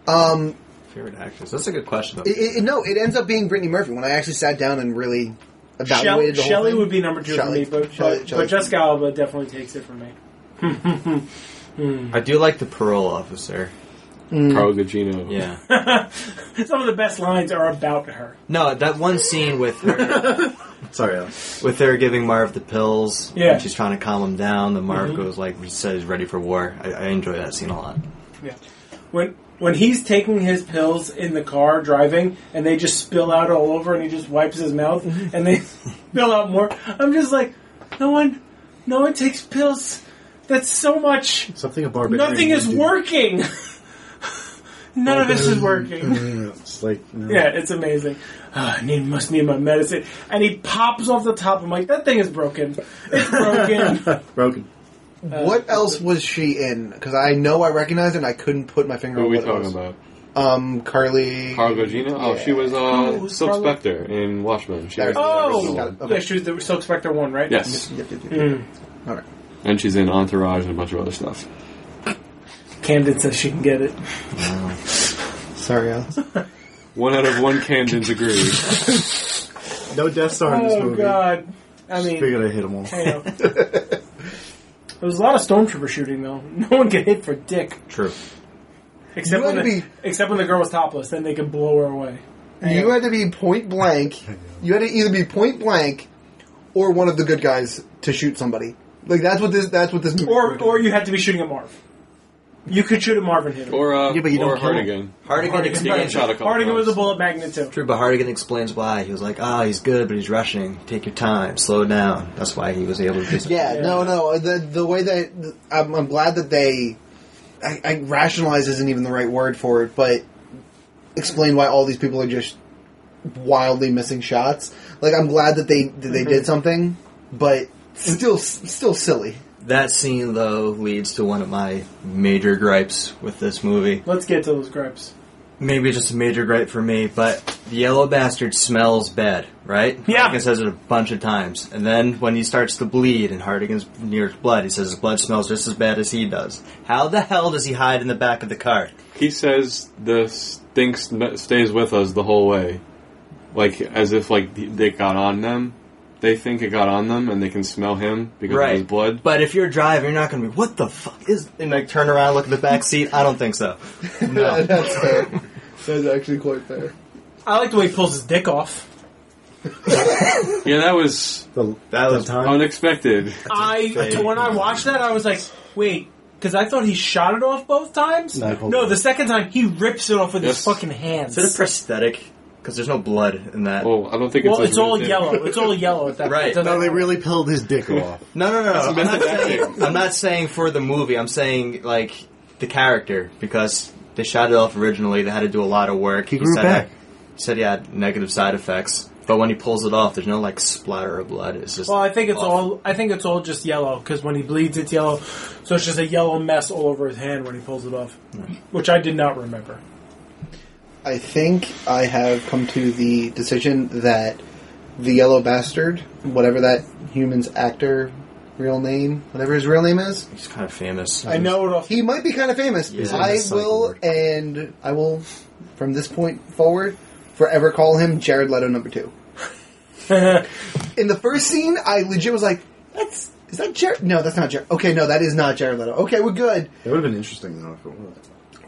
um, Favorite actress? That's a good question. Though. it, it, no, it ends up being Brittany Murphy. When I actually sat down and really Shell, evaluated the whole Shelley thing. would be number two Shelley. for me, but Shelley- but, Shelley. but Jessica Alba definitely takes it for me. I do like the parole officer. Mm. Carl Gugino. [LAUGHS] Yeah. Some of the best lines are about her. No, that one scene with her Sorry, uh, Alex. with her giving Marv the pills. Yeah. and she's trying to calm him down. The Marv goes like he says, "Ready for war." I, I enjoy that scene a lot. Yeah. When when he's taking his pills in the car driving and they just spill out all over and he just wipes his mouth and they [LAUGHS] spill out more, I'm just like, no one no one takes pills. That's so much Something a barbarian. nothing is would do. working. [LAUGHS] None of this is working. It's like no. Yeah, it's amazing. Ah, I need must need my medicine. And he pops off the top. I'm like, that thing is broken. It's broken. broken. uh, What else was she in? Because I know I recognized her and I couldn't put my Who finger are on we what it talking was. about? Um, Carly. Carl Gugino. Oh, she was Oh, it uh, was Silk Carla- Spectre in Watchmen. She was the oh, original Got it. one. Okay. yeah, she was the Silk Spectre one, right? Yes, Yep, yep, yep. Hmm. All right. and she's in Entourage and a bunch of other stuff. Camden says she can get it. Sorry, Alice. One out of one Camdens agree. No Death Star in this Oh movie. God! I mean, Figured I hit them all. [LAUGHS] you know. there was a lot of stormtrooper shooting though. [LAUGHS] No one could hit for dick, True. except You when wanna the, be- except when the girl was topless. Then they could blow her away. You had to be point blank. You had to either be point blank or one of the good guys to shoot somebody. Like that's what this. That's what this. Movie Or or you had to be shooting at Marv. You could shoot at Marv and hit him. Or uh, Yeah, but you or don't kill Hardigan. Hardigan He got explains. shot a couple Hardigan was a times. bullet magnet too. True, but Hardigan explains why. He was like, "Ah, he's good, but he's rushing. Take your time. Slow down." That's why he was able to. do something. Yeah, Yeah. no, no. uh, The the way that I'm, I'm glad that they, I, I rationalize isn't even the right word for it, but explain why all these people are just wildly missing shots. Like I'm glad that they that they did something, but still still silly. That scene though leads to one of my major gripes with this movie. Let's get to those gripes. maybe it's just a major gripe for me, but the yellow bastard smells bad, right? Yeah. Hardigan says it a bunch of times. And then when he starts to bleed and Hardigan's near his blood, he says his blood smells just as bad as he does. How the hell does he hide in the back of the car? He says the stink sm- stays with us the whole way, like as if like they got on them. They think it got on them, and they can smell him because of his blood. But if you're driving, you're not going to be, what the fuck is, and like turn around, look at the back seat? I don't think so. No. That's fair. That's actually quite fair. I like the way he pulls his dick off. yeah, that was The, That the was- time. unexpected. I when I watched that, I was like, wait, because I thought he shot it off both times. No, hold No, on. the second time he rips it off with Yes. his fucking hands. Is it a prosthetic? Because there's no blood in that. Well, I don't think well, it's. it's all legit. yellow. It's all yellow at that. Right. it doesn't- No, they really peeled his dick off. No, no, no, no. I'm not, method saying, acting. I'm not saying for the movie. I'm saying like the character because they shot it off originally. They had to do a lot of work. He grew said back. He said he had negative side effects. But when he pulls it off, there's no like splatter of blood. It's just Well, I think it's awful. all. I think it's all just yellow because when he bleeds, it's yellow. So it's just a yellow mess all over his hand when he pulls it off, which I did [LAUGHS] not remember. I think I have come to the decision that the yellow bastard, whatever that human's actor real name, whatever his real name is, He's kind of famous. I know it off. he might be kind of famous. Yeah. I He's in the cycle will, word. and I will, from this point forward, forever call him Jared Leto number two. In the first scene, I legit was like, "That's is that Jared? No, that's not Jared. Okay, no, that is not Jared Leto. Okay, we're good. It would have been interesting though if it was.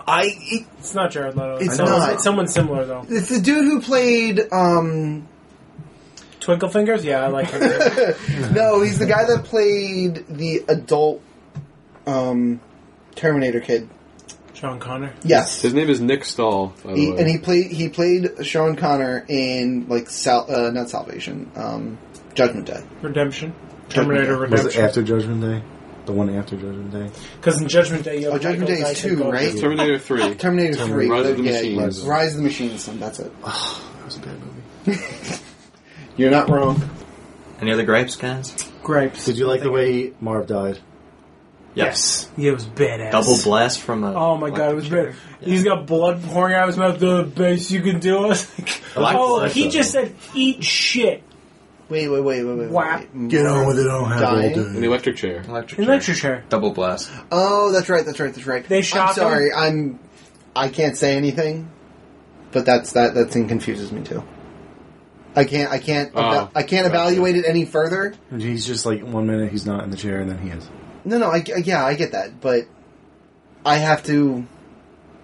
I it, it's not Jared Leto. It's I know, not. It's someone similar though. it's the dude who played um [LAUGHS] Twinkle Fingers. Yeah, I like him. [LAUGHS] no, he's the guy that played the adult um, Terminator kid. Sean Connor. Yes, His name is Nick Stahl, by the he, way. and he played he played Sean Connor in like Sal, uh, not Salvation, um, Judgment Day. Redemption. Terminator Was Was it Redemption. after Judgment Day? The one after Judgment Day? Because in Judgment Day, you have Oh, Judgment Michael Day is Dyson two, go up right? to- Terminator 3. Terminator Three, Rise of the yeah, Machines. Rise- Rise of the Machines. son, That's it. That was a bad movie. You're not wrong. Any other gripes, guys? Gripes. Did you like the way Marv died? Yes. Yeah, it was badass. Double blast from a. Oh my god, it was bad. He's got blood pouring out of his mouth. The best you can do. [LAUGHS] I was like, like oh, blood, he though. just said, "Eat shit." Wait, wait, wait, wait, wait. Wow. wait. Get on with it. I don't have all Dying? An day. electric chair. Electric In chair. lecture chair. Double blast. Oh, that's right, that's right, that's right. They shot I'm sorry, I'm. I can't say anything, but that's that. That thing confuses me too. I can't. I can't. Oh, I can't gotcha. evaluate it any further. And he's just like one minute he's not in the chair and then he is. No, no, I, I- yeah, I get that, but I have to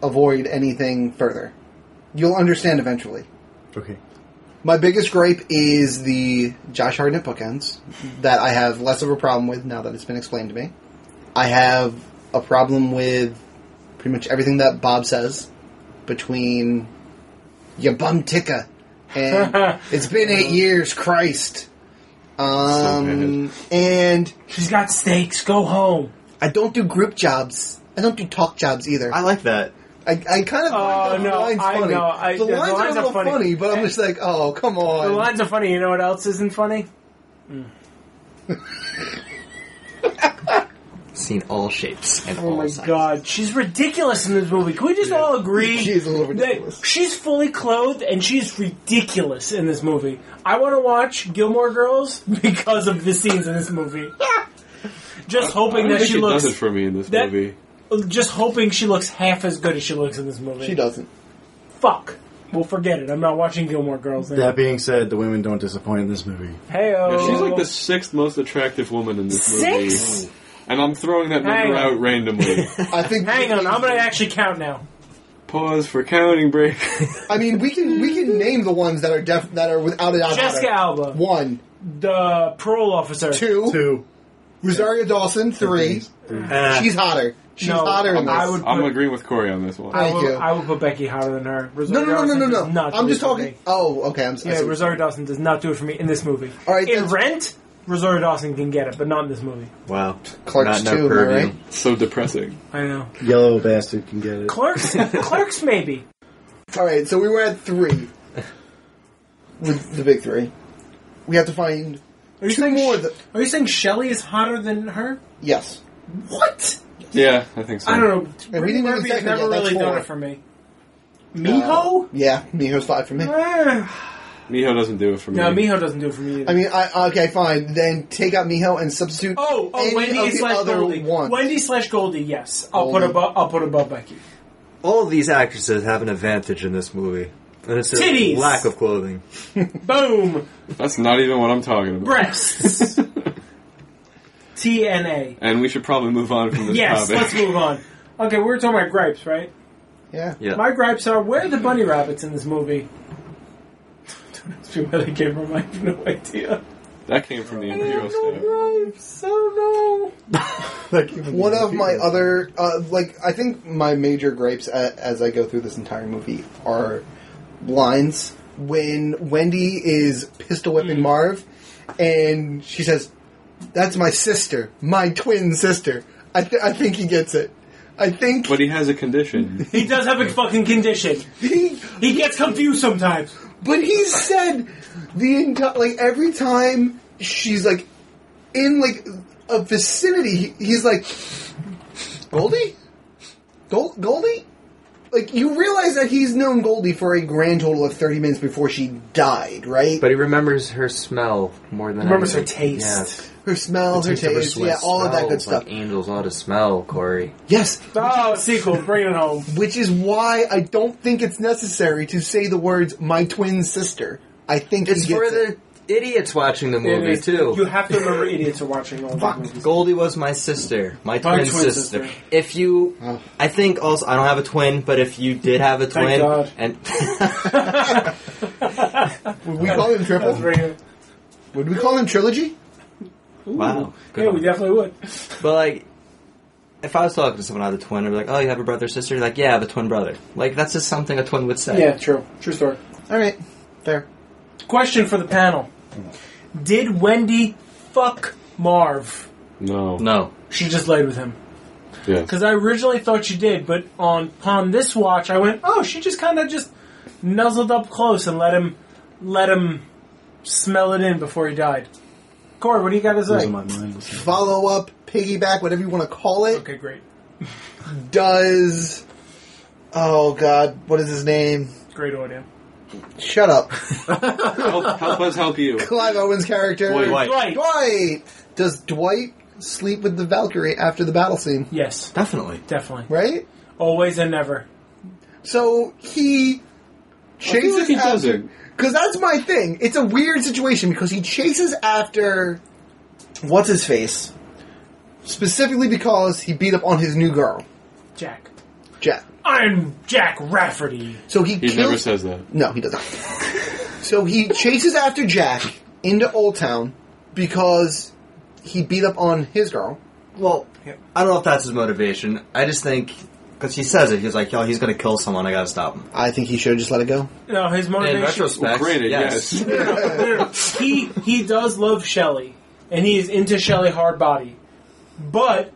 avoid anything further. You'll understand eventually. Okay. My biggest gripe is the Josh Hartnett bookends that I have less of a problem with now that it's been explained to me. I have a problem with pretty much everything that Bob says between ya bum ticka [LAUGHS] and it's been eight years, Christ. Um, and She's got steaks. Go home. I don't do group jobs. I don't do talk jobs either. I I, like that. I, kind of Oh, find the no, line's I funny. know, I- the, yeah, lines are a the lines are little funny. funny. but I'm just like, oh, come on. The lines are funny. You know what else isn't funny? Seen all shapes and Oh all my sizes. god, she's ridiculous in this movie. Can we just all agree? She's a little that ridiculous. she's fully clothed and she's ridiculous in this movie. I want to watch Gilmore Girls [LAUGHS] because of the scenes in this movie. just I hoping don't that think she she looks. does it for me in this that- movie. Just hoping she looks half as good as she looks in this movie. she doesn't. Fuck. Well, forget it. I'm not watching Gilmore Girls. That being said, the women don't disappoint in this movie. Hey, Yeah, she's like the sixth most attractive woman in this movie. Six? And I'm throwing that number Hang on. out [LAUGHS] randomly. I think. Hang on, I'm gonna actually count now. Pause for counting break. I mean, we can we can name the ones that are def- that are without a doubt. Jessica better. Alba, One, the parole officer. two, Two. Rosario Dawson. Three. Ah. She's hotter. She's No, hotter in this. I would- I'm agreeing with Corey on this one. I Thank would, you. I would put Becky hotter than her. no, no, Rosario no, no, Dawson no, does not no. I'm do just it for talking. me. Oh, okay. I'm Yeah, sorry. Rosario Dawson does not do it for me in this movie. All right, in that's- Rent, Rosario Dawson can get it, but not in this movie. Wow. Clark's Not- not two, am I purview. right? So depressing. I know. Yellow bastard can get [LAUGHS] it. Clerks, Clerks, maybe. All right, so we were at three. With the big three, we have to find Are you two saying more. Sh- that- Are you saying Shelley is hotter than her? yes. What? Yeah, I think so. I don't we know. didn't even Murphy's second never yet, that's really done four. it for me. Uh, Miho? yeah, Miho's five for me. Eh. Miho doesn't do it for me. no, Miho doesn't do it for me either. I mean, I okay, fine. Then take out Miho and substitute oh, oh, any Wendy of the slash other Goldie. ones. Wendy slash Goldie. Yes, I'll put Goldie. above. I'll put above Becky. All of these actresses have an advantage in this movie. And it's their Titties. lack of clothing. Boom. That's not even what I'm talking about. [LAUGHS] Breasts. TNA. And we should probably move on from this Yes, topic. let's move on. Okay, we were talking about gripes, right? yeah. Yeah. My gripes are where are the bunny rabbits in this movie? Don't ask me where they came from. I have no idea. That came from the Imperial Staff. gripes. Oh no. One of my other, uh, like, I think my major gripes a as I go through this entire movie are lines when Wendy is pistol whipping Marv, and she says, "That's my sister, my twin sister." I, th- I think he gets it. I think [LAUGHS] [LAUGHS] But he has a condition. He does have a fucking condition. he He gets confused sometimes. But he said the entire like every time she's like in like a vicinity, he- he's like Goldie, Gold- Goldie. Like you realize that he's known Goldie for a grand total of thirty minutes before she died, right? But he remembers her smell more than Remembers her anything. taste. her smell, The her taste of her taste, sweat yeah, all of that good smells stuff. Like angels ought to smell, Corey. yes, Oh, sequel, bring it home. which is why I don't think it's necessary to say the words "my twin sister." I think It's he gets for it. the idiots watching the movie It is- too. You have to remember idiots are watching all the movies. Goldie was my sister, my twin, twin sister. sister. If you, Oh. I think also I don't have a twin, but if you did have a twin, Thank God. and [LAUGHS] Would we call him That's triple? bring it. Would we call him trilogy? wow, good Yeah, one. we definitely would. But like, if I was talking to someone who had a twin, I'd be like, "Oh, you have a brother, or sister?" Like, yeah, I have a twin brother. Like, that's just something a twin would say. Yeah, true. True story. All right, fair. Question for the panel: Did Wendy fuck Marv? No. No. She just laid with him. Yeah. Because I originally thought she did, but on upon this watch, I went, oh, she just kind of just nuzzled up close and let him let him smell it in before he died. Corey, what do you got to say? Losing my mind. Follow up, piggyback, whatever you want to call it, Okay, great, does. Oh God, what is his name? great audio. Shut [LAUGHS] up, help, help us help you. Clive Owen's character. Dwight. Dwight. Dwight. Dwight. Does Dwight sleep with the Valkyrie after the battle scene? Yes, Definitely. definitely. Right. Always and never. So he chases like he after. doesn't. Because that's my thing. It's a weird situation because he chases after what's his face specifically because he beat up on his new girl, Jack. Jack. I'm Jack Rafferty. So he He kills. never says that. no, he doesn't. so he chases after Jack into Old Town because he beat up on his girl. Well, Yep. I don't know if that's his motivation. I just think because he says it, he's like, "Yo, he's gonna kill someone. I gotta stop him." I think he should have just let it go. No, his In motivation. [LAUGHS] retrospect, Granted, yes. yes. he he does love Shelley, and he is into Shelley hard body, but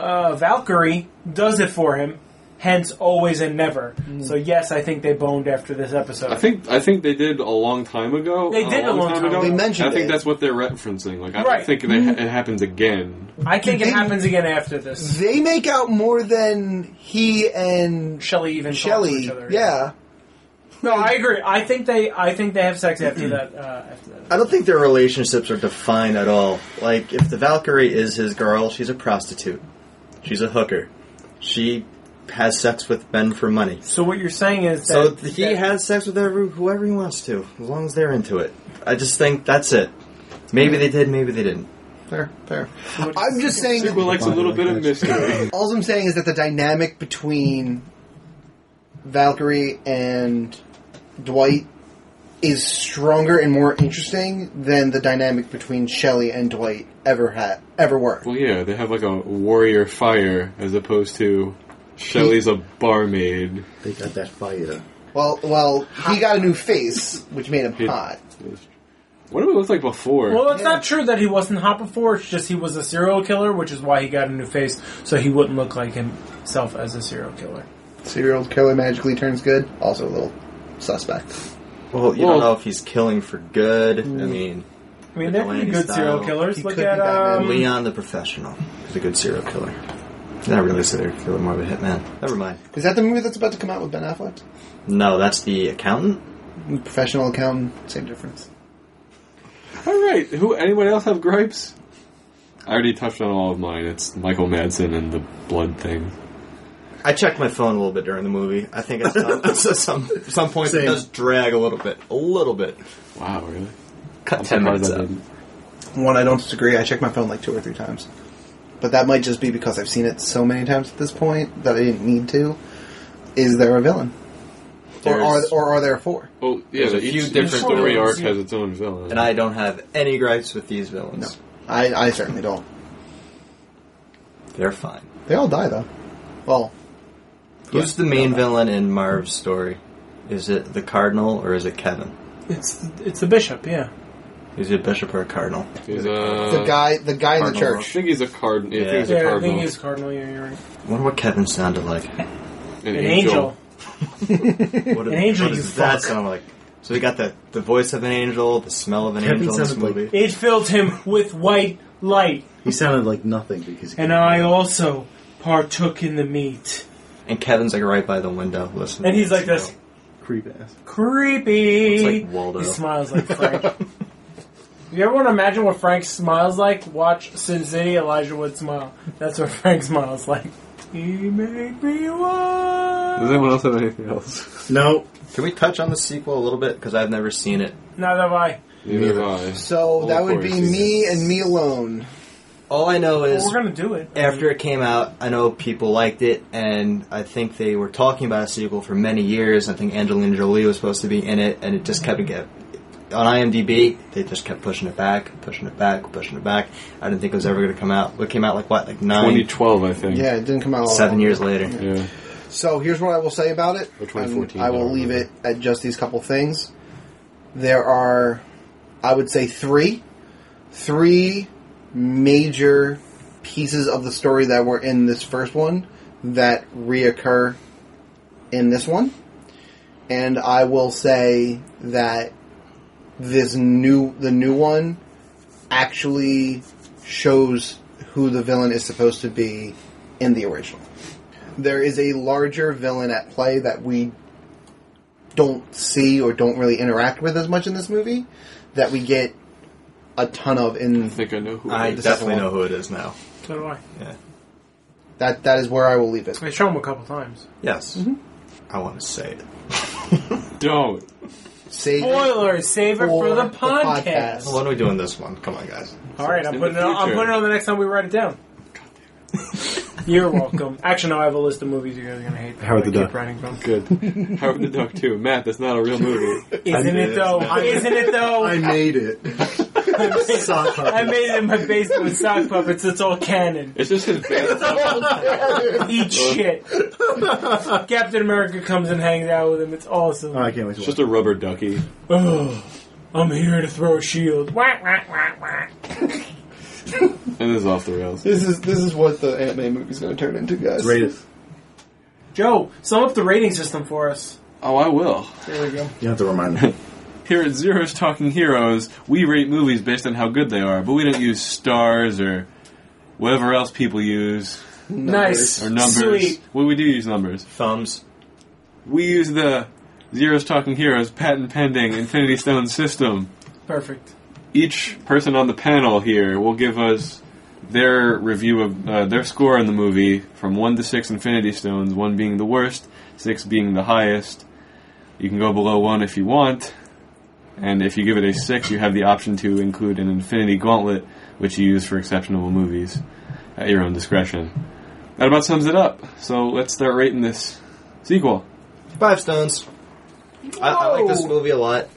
uh, Valkyrie does it for him. Hence, always and never. Mm. So yes, I think they boned after this episode. I think I think they did a long time ago. They did a long time ago. They mentioned I think it. that's what they're referencing. Like I Right. don't think they, it happens again. I think it They- happens again after this. They make out more than he and Shelley even talk to Shelley. each other. yeah. No, I agree. I think they I think they have sex after that. Uh, after that. I don't think their relationships are defined at all. Like, if the Valkyrie is his girl, she's a prostitute. She's a hooker. She has sex with men for money. So what you're saying is that So he that- has sex with every, whoever he wants to, as long as they're into it. I just think that's it. Maybe they did, maybe they didn't. Fair, fair. what- I'm just saying. Sequel likes a little bit of mystery. All I'm saying is that the dynamic between Valkyrie and Dwight is stronger and more interesting than the dynamic between Shelley and Dwight ever had ever were. well, yeah, they have like a warrior fire as opposed to Shelley's a barmaid. [LAUGHS] They got that fire. Well, well, he got a new face, which made him hot. What did it look like before? Well, it's not true that he wasn't hot before. It's just he was a serial killer, which is why he got a new face, so he wouldn't look like himself as a serial killer. Serial killer magically turns good. Also a little suspect. Well, you Well- don't know if he's killing for good. I mean, I Like mean, the they're pretty Lanny good style. serial killers. He Look could at be Batman. um, Leon the Professional is a good serial killer. Not really a serial killer, more of a hitman. Never mind. Is that the movie that's about to come out with Ben Affleck? No, that's the accountant. Professional accountant, same difference. all right. Who? Anyone else have gripes? I already touched on all of mine. It's Michael Madsen and the blood thing. I checked my phone a little bit during the movie. I think at [LAUGHS] some at some, some point it Same. does drag a little bit, a little bit. Wow, really? Cut I'm ten surprised minutes I out. didn't. One, I don't disagree. I check my phone like two or three times. But that might just be because I've seen it so many times at this point that I didn't need to. Is there a villain? Or are, There's- or are there four? Oh, yeah. There's a each, few each different story arc villains, yeah. has its own villain. and I don't have any gripes with these villains. I, I certainly don't. They're fine. They all die, though. Well, Who's the main villain in Marv's story? Is it the Cardinal or is it Kevin? it's it's the bishop. Yeah, Is it a bishop or a cardinal? He's, uh, the guy the guy in Cardinal the I church. think he's a card. Yeah, I think he's a yeah. I cardinal. think he's cardinal. Yeah, you're right. I wonder what Kevin sounded like. an, An angel. What An angel, [LAUGHS] what you does that fuck. sound like? So we got the, the voice of an angel, the smell of an Kevin angel in this sounded like- movie. It filled him with white light, He sounded like nothing because he and I also partook in the meat. and Kevin's like right by the window listening. And he's like this. creep ass. Creepy. Looks like Waldo. He smiles like Frank. [LAUGHS] you ever want to imagine what Frank smiles like? Watch Sin City. Elijah Wood smile. That's what Frank smiles like. He make me Does wild. anyone else have anything else? No, Can we touch on the sequel a little bit? Because I've never seen it. Neither have I. Neither have I. So that would be Corey's me and me alone. All I know Well, is we're gonna do it. after it came out, I know people liked it, and I think they were talking about a sequel for many years. I think Angelina Jolie was supposed to be in it, and it just kept get on IMDb. They just kept pushing it back, pushing it back, pushing it back. I didn't think it was ever going to come out. It came out like what, like nine, 2012, I think. Yeah, it didn't come out. all- seven years later. Yeah. So here's what I will say about it. Or and 2014, I will yeah. leave it at just these couple things. There are, I would say, three, three major pieces of the story that were in this first one that reoccur in this one, and I will say that this new the new one actually shows who the villain is supposed to be in the original there is a larger villain at play that we don't see or don't really interact with as much in this movie that we get a ton of in I think I know who. I I, The definitely second know who it is now. So do I. that that is where I will leave it. I show him a couple times. Yes, Mm-hmm. I want to say it. don't. Save it. Spoilers. Save it for For the the podcast. podcast. Why don't we do in this one? Come on, guys. All right, It's I'm in putting it. the On, I'm future. putting it on the next time we write it down. You're welcome. Actually, no, I have a list of movies you guys are gonna hate. that Howard the I keep Duck. Writing from. Good. [LAUGHS] Howard the Duck too. Matt, that's not a real movie. Isn't it though? [LAUGHS] Isn't it though? I made it. [LAUGHS] Sock I puppet. made it in my basement with sock puppets. It's all canon. It's just his band. Eat shit. Captain America comes and hangs out with him. It's awesome. Oh, I can't wait It's to watch. just a rubber ducky. Ugh, I'm here to throw a shield. Wah, wah, wah, wah. And this is off the rails. This is this is what the anime movie's going to turn into, guys. Rate it. Joe, sum up the rating system for us. Oh, I will. There we go. You have to remind me. Here at Zero's Talking Heroes, we rate movies based on how good they are, but we don't use stars or whatever else people use Nice. or numbers. Sweet. Well, we do use numbers. [LAUGHS] Thumbs. We use the Zero's Talking Heroes patent pending Infinity Stone system. Perfect. Each person on the panel here will give us their review of uh, their score on the movie from one to six Infinity Stones, one being the worst, six being the highest. You can go below one if you want, and if you give it a six, you have the option to include an Infinity Gauntlet, which you use for exceptional movies at your own discretion. That about sums it up. So let's start rating this sequel. Five Stones. I, I like this movie a lot.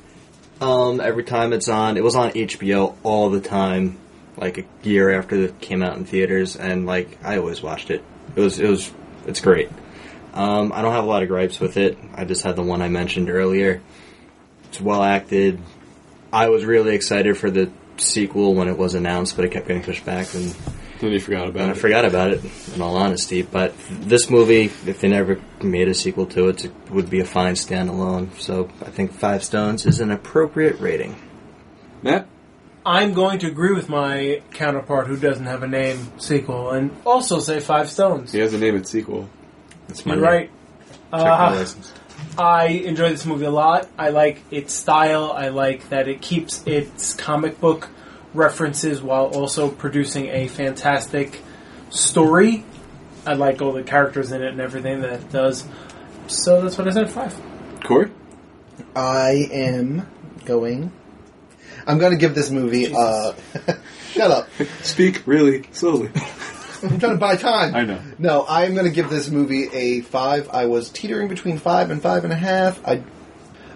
Um, every time it's on, it was on HBO all the time, like a year after it came out in theaters, and like I always watched it. It was it was it's great. Um, I don't have a lot of gripes with it. I just had the one I mentioned earlier. It's well acted. I was really excited for the sequel when it was announced, but it kept getting pushed back, and Then you forgot about and it. I forgot about it, in all honesty. But this movie, if they never made a sequel to it, it would be a fine standalone. So I think Five Stones is an appropriate rating. Matt? I'm going to agree with my counterpart who doesn't have a name sequel and also say five stones. He has a name at sequel. That's my You're name. right. Check my Uh, license. I enjoy this movie a lot. I like its style. I like that it keeps its comic book references while also producing a fantastic story. I like all the characters in it and everything that it does. So that's what I said. Five. Corey? I am going. I'm going to give this movie. Uh, [LAUGHS] shut up! Speak really slowly. I'm trying to buy time. I know. No, I'm going to give this movie a five. I was teetering between five and five and a half. I,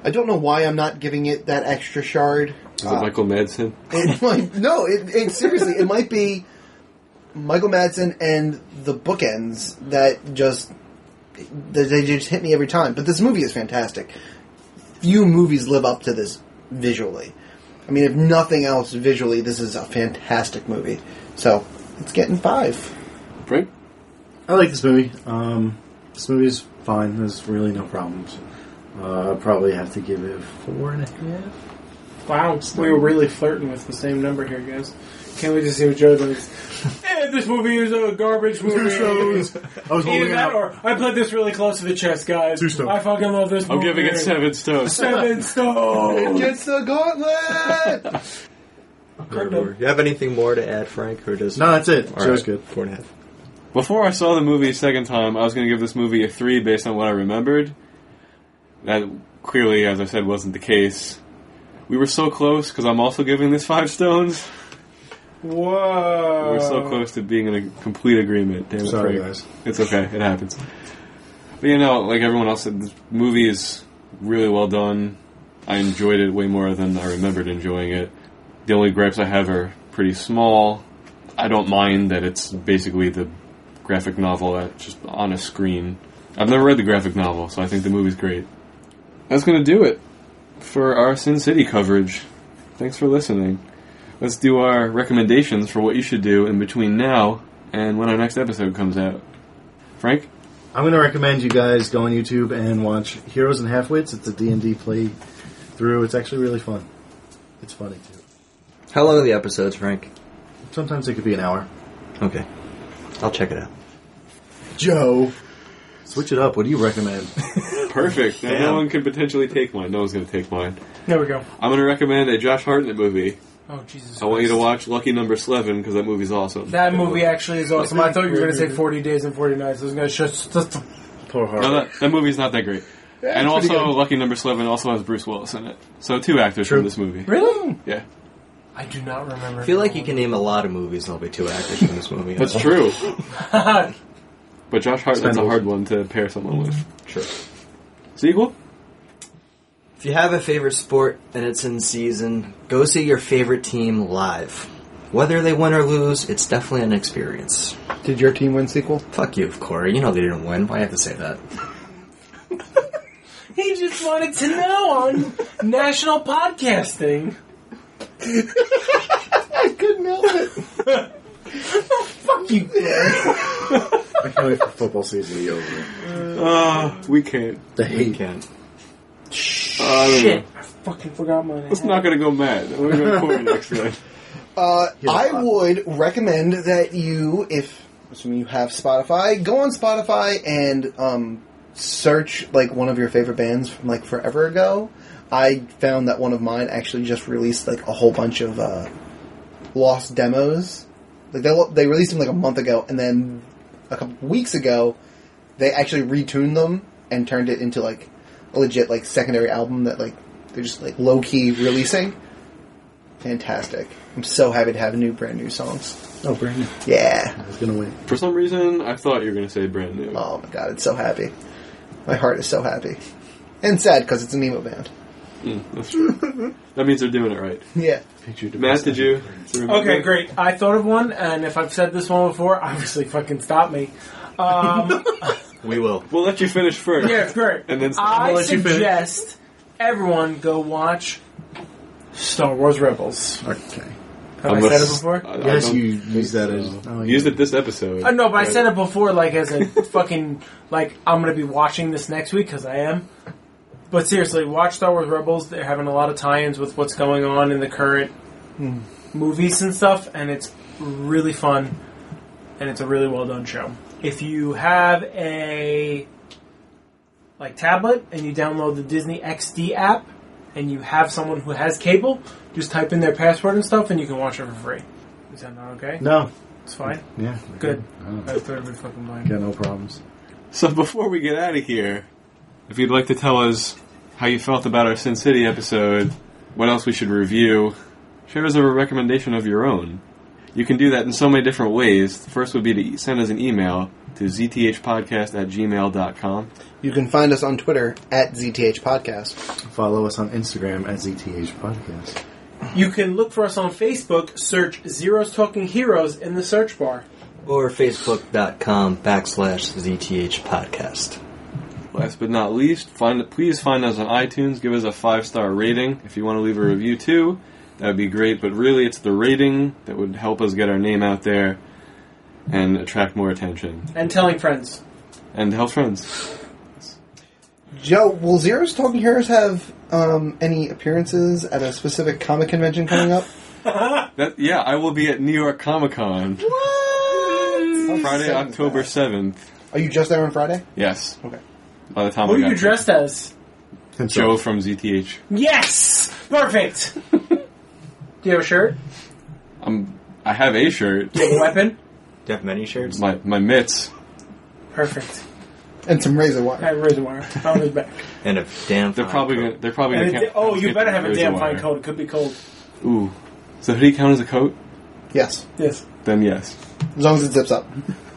I don't know why I'm not giving it that extra shard. Is it Michael Madsen? It [LAUGHS] might no. It, it seriously. It might be Michael Madsen and the bookends that just that they just hit me every time. But this movie is fantastic. Few movies live up to this visually. I mean, if nothing else, visually, this is a fantastic movie. So it's getting five. Frank? I like this movie. Um, this movie is fine. There's really no problems. Uh, I probably have to give it four and a half. Wow, we were really flirting with the same number here, guys. Can't wait to see what Joe [LAUGHS] thinks. Eh, this movie is a garbage movie. I was Either holding that out. or I played this really close to the chest, guys. Two stone. I fucking love this I'm movie. giving it seven stones. Seven stone. It's the gauntlet! Do you have anything more to add, Frank, or just No, that's it. All Joe's right, good. Four and a half. Before I saw the movie a second time, I was going to give this movie a three based on what I remembered. That clearly, as I said, wasn't the case. We were so close because I'm also giving this five stones. Whoa. We're so close to being in a complete agreement. Damn it, Sorry, Frank. guys. It's okay. It happens. But you know, like everyone else said, this movie is really well done. I enjoyed it way more than I remembered enjoying it. The only gripes I have are pretty small. I don't mind that it's basically the graphic novel that just on a screen. I've never read the graphic novel, so I think the movie's great. That's gonna do it for our Sin City coverage. Thanks for listening. Let's do our recommendations for what you should do in between now and when our next episode comes out. Frank? I'm going to recommend you guys go on YouTube and watch Heroes and Halfwits. It's a D&D play through. It's actually really fun. It's funny too. How long are the episodes, Frank? Sometimes it could be an hour. Okay. I'll check it out. Joe, switch it up. What do you recommend? Perfect. Now no one could potentially take mine. No one's going to take mine. There we go. I'm going to recommend a Josh Hartnett movie. Oh Jesus! I want you to watch Christ. Lucky Number 11 because that movie's awesome. That movie actually is awesome. I thought you were going to say 40 Days and 40 Nights. I was going to show. Poor No, Harvey. that, that movie's not that great. and pretty also, good. Lucky Number 11 also has Bruce Willis in it. So two actors True. from this movie. Really? Yeah. I do not remember. I feel like you can name a lot of movies and there'll be two actors in this movie. That's true. can. But Josh Hartnett's a Expendables. hard one to pair someone with. Sure. Sequel? If you have a favorite sport and it's in season, go see your favorite team live. Whether they win or lose, it's definitely an experience. Did your team win sequel? Fuck you, Corey. You know they didn't win. Why do you have to say that? [LAUGHS] he just wanted to know on national podcasting. I couldn't help it. Fuck you. I can't wait for football season to be over. Uh, we can't. The hate. Can't. Uh, I don't know. Shit. I fucking forgot my name. It's not going to go mad. We're going to Corey next time. Uh, Yeah. I would recommend that you, if assuming you have Spotify, go on Spotify and um, search like one of your favorite bands from like forever ago. I found that one of mine actually just released like a whole bunch of uh, lost demos. Like they lo- they released them like a month ago, and then a couple weeks ago they actually retuned them and turned it into like a legit like secondary album that like they're just like low key releasing. Fantastic. I'm so happy to have new, brand new songs. Oh, Brandon. Yeah. I was going to win. For some reason, I thought you were going to say brand new. Oh my god, it's so happy. My heart is so happy. And sad because it's an emo band. That's true. that means they're doing it right. Yeah. Pictured Matt, did you? do you remember? Okay, great. I thought of one, and if I've said this one before, obviously fucking stop me. Um, We will. We'll let you finish first. [LAUGHS] yeah, it's great. And then stop. I I'll let you finish. suggest everyone go watch Star Wars Rebels. Okay. Have I said it before? I- I Yes, don't you think used that so. as- oh, You yeah. used it this episode. Uh, no, but I Right. said it before, like as a fucking like I'm gonna be watching this next week because I am. But seriously, watch Star Wars Rebels. They're having a lot of tie-ins with what's going on in the current movies and stuff, and it's really fun, and it's a really well done show. If you have a like tablet and you download the Disney XD app, and you have someone who has cable, just type in their password and stuff, and you can watch it for free. Is that not okay? No. It's fine. Yeah. Good. Oh, I thought it'd be fucking mine. got no problems. So before we get out of here, if you'd like to tell us how you felt about our Sin City episode, what else we should review, share us a recommendation of your own. You can do that in so many different ways. The first would be to e-, send us an email to zthpodcast at gmail.com. You can find us on Twitter at ZTH Podcast. Follow us on Instagram at ZTH Podcast. You can look for us on Facebook, search Zeros Talking Heroes in the search bar. Or facebook.com backslash ZTH podcast. Last but not least, find please find us on iTunes. Give us a five star rating. If you want to leave a review too, that would be great. But really, it's the rating that would help us get our name out there and attract more attention And telling friends. and help friends. Joe, will Zero's Talking Heroes have um, any appearances at a specific comic convention coming up? That, yeah, I will be at New York Comic Con How Friday, exciting is October that? seventh. Are you just there on Friday? Yes. Okay. By the time Who I are got you dressed as? there. Joe from ZTH. Yes! Perfect! Do you have a shirt? I'm. I have a shirt. Do you have a weapon? Do you have many shirts? My my mitts. Perfect. And some razor wire. I have razor wire. On his [LAUGHS] back. And a damn. They're fine probably coat. gonna, they're probably Ah, And gonna. it- Count, oh, you get better have a razor damn wire. fine coat. It could be cold. Ooh, so hoodie count as a coat? Yes. Yes. Then yes. As long as it zips up.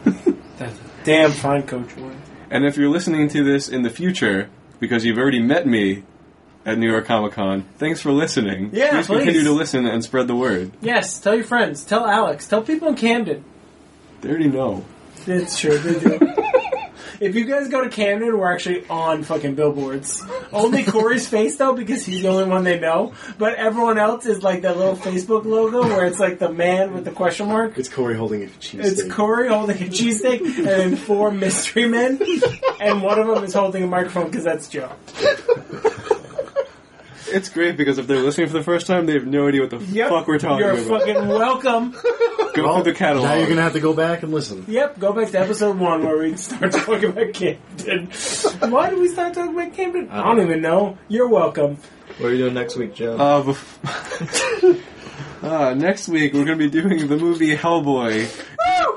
That's a damn fine coat, Joy. And if you're listening to this in the future, because you've already met me at New York Comic Con, thanks for listening. Yeah, please, please. continue to listen and spread the word. Yes, tell your friends. Tell Alex. Tell people in Camden. They already know. It's true. They do. if you guys go to Camden, we're actually on fucking billboards. Only Corey's face though, because he's the only one they know. But everyone else is like that little Facebook logo where it's like the man with the question mark. It's Corey holding a cheese. It's Corey holding a cheesesteak and then four mystery men, and one of them is holding a microphone because that's Joe. It's great because if they're listening for the first time, they have no idea what the Yep, fuck we're talking You're about. fucking welcome. Go through the catalog. Oh, Now you're gonna have to go back and listen. Yep, go back to episode one where we start talking about Camden. Why did we start talking about Camden? I don't even know. You're welcome. What are you doing next week, Joe? Uh, bef- [LAUGHS] uh, next week we're gonna be doing the movie Hellboy.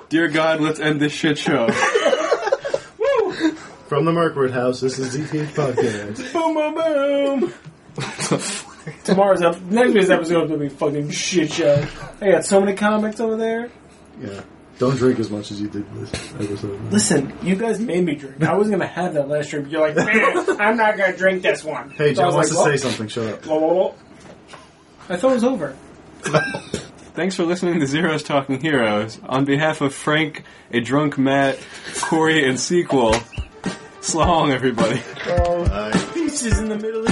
Dear God, let's end this shit show. From the Merkward House, this is DTH Podcast. Boom, boom, boom. Tomorrow's up. Next week's episode is gonna be fucking shit show. I got so many comics over there. [LAUGHS] yeah. Don't drink as much as you did this episode. Listen, you guys made me drink. I was gonna have that last year, but you're like, "Man, I'm not gonna drink this one. Hey, So I Joe was wants like, to say "Whoa, something. Shut up. whoa, whoa, whoa." I thought it was over. Thanks for listening to Zero's Talking Heroes. On behalf of Frank, a drunk Matt, Corey, and Sequel, slong everybody. Bye. Peaches in the Middle East.